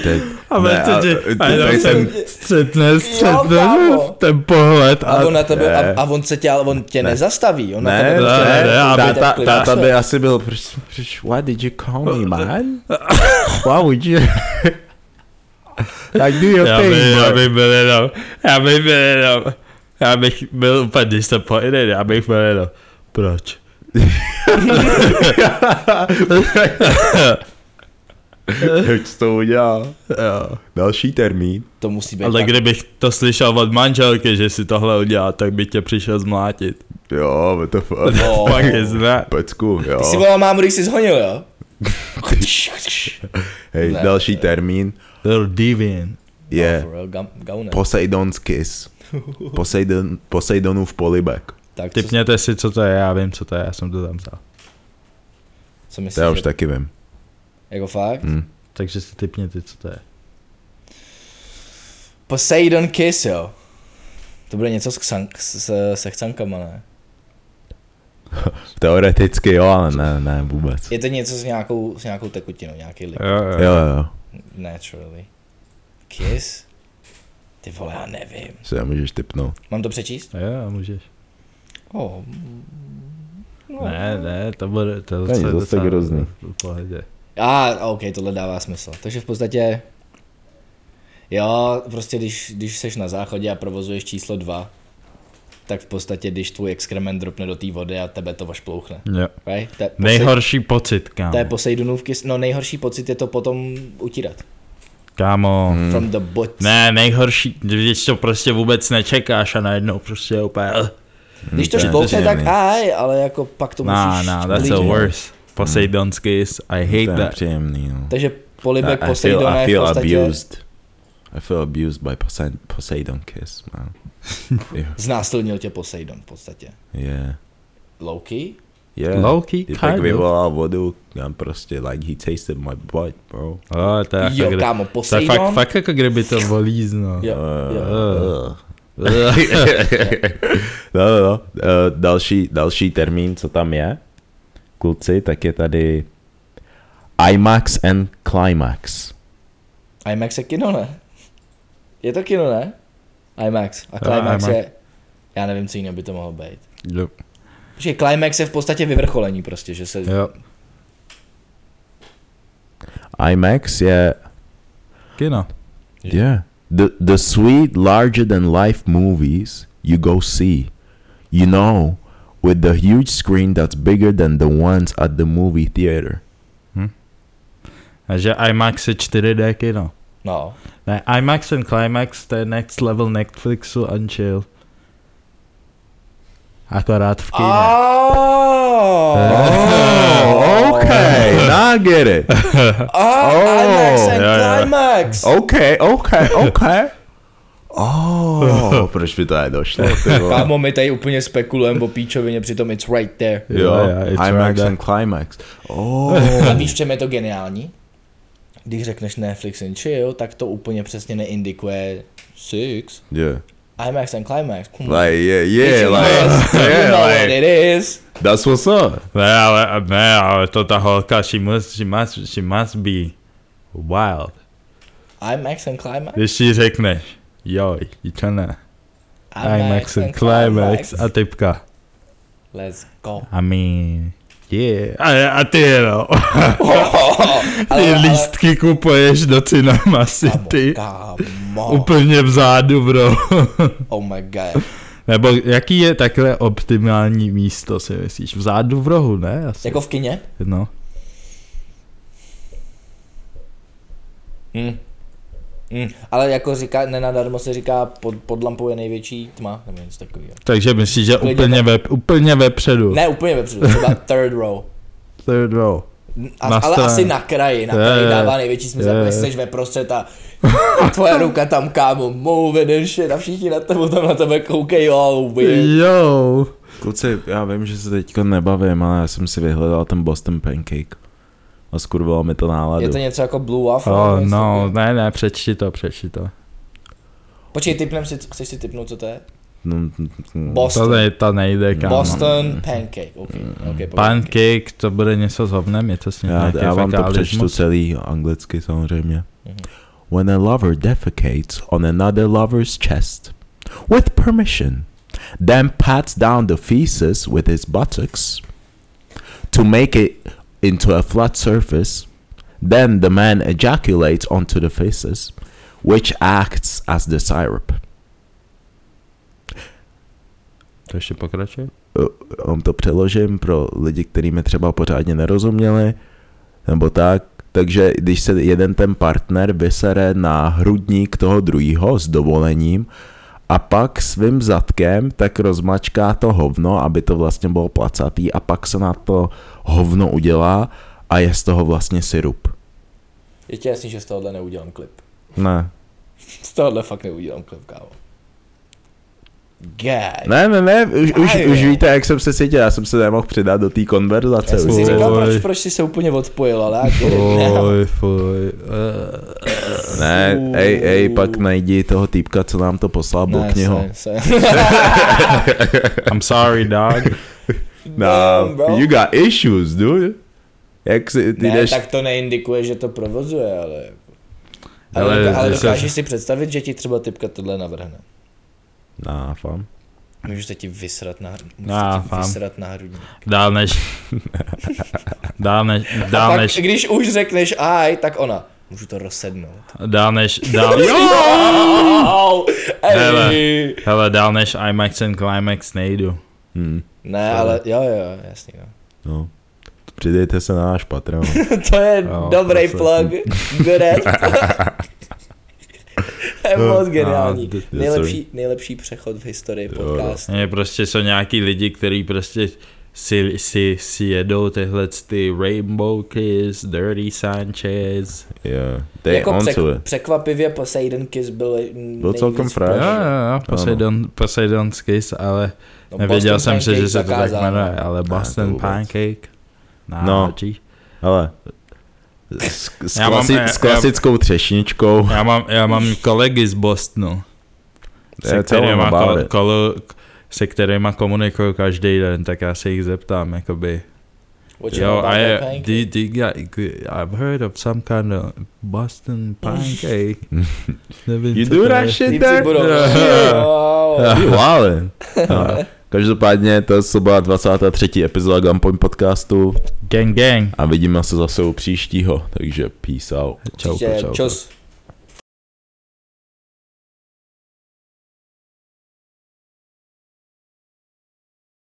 Teď, a ne, a, teď, a jenom jsem, ten střetne, střetne kámo. ten pohled. A on na tebe, ne. a, a on se tě, ale on tě nezastaví. On na Ne, tebe ne, prostě ne, ne, a aby- tak táta, klikáš. táta by asi byl, proč, proč, why did you call me, man? Why would you? like, do your já, thing, by, bro. já bych byl jenom, já bych byl jenom, já bych byl úplně disappointed, já bych byl jenom, proč? Jak jsi to udělal? Jo. Další termín. To musí být Ale tak. kdybych to slyšel od manželky, že si tohle udělá, tak by tě přišel zmlátit. Jo, what the fuck. Oh. Pak je zná. Pecku, Ty si jo. volal mámu, když jsi zhonil, jo? Hej, Ne. další termín Little deviant. je For real, gam- gauner. Poseidon's kiss. Poseidon, Poseidonův polibek. Tak, co, Typněte si, co to je, já vím, co to je, já jsem to tam psal. co To já myslíš? už že- taky vím. Jako fakt? Mm. Takže si typněte, co to je. Poseidon Kiss, jo. To bude něco s, ksan, s, se chcankama, ne? Teoreticky jo, ale ne, ne, vůbec. Je to něco s nějakou, s nějakou tekutinou, nějaký lik. Jo, jo. Jo, jo, jo. Naturally. Kiss? Ty vole, já nevím. Co já můžeš typnout? Mám to přečíst? Jo, můžeš. Oh. No. Ne, ne, to bude, to, není to zas je tak docela hrozný. v pohodě. A, ah, ok, tohle dává smysl. Takže v podstatě... Jo, prostě když, když seš na záchodě a provozuješ číslo 2, tak v podstatě, když tvůj exkrement dropne do té vody a tebe to vošplouchne. Jo. Right? To je posej- Nejhorší pocit, kámo. To je Poseidonův kys. No nejhorší pocit je to potom utírat. Kámo. Hmm. From the butt. Ne, nejhorší, když to prostě vůbec nečekáš a najednou prostě úplně... eh. Když to to je- šplouchne, to je tak příjemný. aj, ale jako pak to Nah, musíš nah, that's the uklidnit. worst. Poseidon's kiss, I To hate je that. nepříjemný, no. Takže polibek I, I feel, Poseidona I je v feel podstatě... abused. I feel abused by Poseidon, Poseidon Kiss, man. yeah. Znásilnil tě Poseidon v podstatě. yeah. Loki? Yeah. Low-key, Typek kind of. vyvolal vodu, tam prostě, like, he tasted my butt, bro. Oh, to je jako Jo, kdy- kámo, to je Poseidon? fakt, fakt jako kdyby to no. volízno. Jo, jo. Uh. No, no, no. Eh, další, další termín, co tam je, kluci, tak je tady IMAX and Climax. Eh. IMAX je kino, ne? Je to kino, ne? IMAX. A Climax Eh, IMAX. je... Já nevím, co jiného by to mohlo být. jo. Protože Climax je v podstatě vyvrcholení prostě, že se... Jo. IMAX je, Kino. yeah, the, the sweet larger than life movies you go see. You know, with the huge screen that's bigger than the ones at the movie theater. A že IMAX je 4D kino. No. Ne, IMAX and Climax, to je next level Netflixu and chill. Akorát v kyně. Ah! Eh. Oh, okay, now I get it. Ah, IMAX Oh. and jo, jo. Climax. OK, OK, OK. Oh, proč mi to nedošlo? ty vole? Kámo, my tady úplně spekulujeme o píčovině, přitom it's right there. Jo, Jo, jo, it's right IMAX there. and Climax. Oh, A víš, v čem je to geniální? Když řekneš Netflix and chill, tak to úplně přesně neindikuje Six. yeah. IMAX and Climax. Hm. Like, yeah, It's yeah, yours. like, you yeah, know what like, it is. that's what's up. Ne, ale, ne, ale to ta holka, she must, she must, she must be wild. IMAX and Climax. Když si řekneš, joj, jitana, IMAX and Climax a typka, Let's go. I mean, yeah, a, a ty no, Oh, Ale- ty ale- lístky kupuješ do Cinema City, Kámo, úplně vzadu, bro. oh my god. Nebo jaký je takhle optimální místo, si myslíš? Vzadu v rohu, ne? Asi. Jako v kině? No. Hm. Hm. Ale jako říká, nenadarmo se říká, pod, pod lampou je největší tma, nebo něco takového. Takže myslíš, že Klidně úplně, ve, úplně vepředu. Ne, úplně vepředu, třeba third row. To je dvou. A, Na ale straně. asi na kraji, na Je, kraji je. dává největší smysl, Je, jako je. jestli jsi ve prostřed a tvoje ruka tam kámo, move and shit a všichni na tebe tam na tebe koukají, oh weird. Jo. Kluci, já vím, že se teďka nebavím, ale já jsem si vyhledal ten Boston Pancake. A skurvilo mi to náladu. Je to něco jako Blue Waffle? Oh, něco no, takového? ne, ne, přečti to, přečti to. Počkej, typnem si, chceš si typnout, co to je? Mm, mm, mm. No, To, Boston. ne, to nejde, kámo. Mm, Boston pancake, ok. okay pancake. Pancake, to bude něco s hovnem, je to s ním Já, nějaký já vám to přečtu fekalismus. Mhm. celý anglicky samozřejmě. When a lover defecates on another lover's chest, with permission, then pats down the feces with his buttocks to make it into a flat surface, then the man ejaculates onto the feces, which acts as the syrup. To ještě pokračuje? vám to přeložím pro lidi, kteří mi třeba pořádně nerozuměli, nebo tak. Takže když se jeden ten partner vysere na hrudník toho druhého s dovolením a pak svým zadkem tak rozmačká to hovno, aby to vlastně bylo placatý a pak se na to hovno udělá a je z toho vlastně syrup. Je ti jasný, že z tohohle neudělám klip. Ne. Z tohohle fakt neudělám klip, kámo. God. Ne, ne, ne, už, už, Aj, už jo. víte, jak jsem se cítil, já jsem se nemohl přidat do té konverzace. Já jsem už si jsem- říkal, Oj. proč, proč jsi se úplně odpojil, ale já get it now. Fuj, fuj. eh. Ne, Fuu. ej, ej, pak najdi toho týpka, co nám to poslal, byl Ne, kniho. se- se- I'm sorry, dog. Nah, Damn, bro. you got issues, dude. Jak si, ty No, ne, jdeš, tak to neindikuje, že to provozuje, ale... Ale, Ale ale, jako- ale zase- dokážeš si představit, že ti třeba typka tohle navrhne. Nah, fam. Můžu se ti vysrat na, můžu Já se ti fám. vysrat na hrudník. Dál než... Dál než... Dál Pak, než... když už řekneš aj, tak ona. Můžu to rozsednout. Dál než... Dál... Jo! Ej. Hele. Hele, dál než IMAX and Climax nejdu. Hmm, Ne, ale jo, jo, jasný. No. no. Přidejte se na náš Patreon. To je Jo, dobrý to se- plug. Good ad. to je moc No, geniální. to- to- Nejlepší, nejlepší přechod v historii podcastu. Je prostě jsou nějaký lidi, kteří prostě si, si, si jedou tyhle ty Rainbow Kiss, Dirty Sanchez. Yeah. They jako onto přek- it. překvapivě Poseidon Kiss byl mm, Byl celkem nejvíc fresh. Jo, pro- jo, jo, Poseidon, Poseidon's Kiss, ale No, nevěděl Boston jsem si, že Pancake se to tak zakázal, jmenuje, ale to Boston vůbec. Pancake. Nah, No. no. Hele. S, s, Já mám, klasi- eh, s klasickou třešničkou. Já mám, já mám kolegy z Bostonu, To je se celé kterýma, about kol, it. kol, se kterýma komunikuju každý den, tak já se jich zeptám, jakoby, no. What you know Yo, about I that pancake? do, you- do you got- I've heard of some kind of Boston pancake. Nevím, You co do to that je. shit Týpci there? budou. Yeah. Wow. Ty wildin'. No. Každopádně to jsou byla 23. epizoda Gunpoint podcastu Gang gang. a vidíme se zase u příštího, takže peace out. Čau, Určitě. čau. Čus.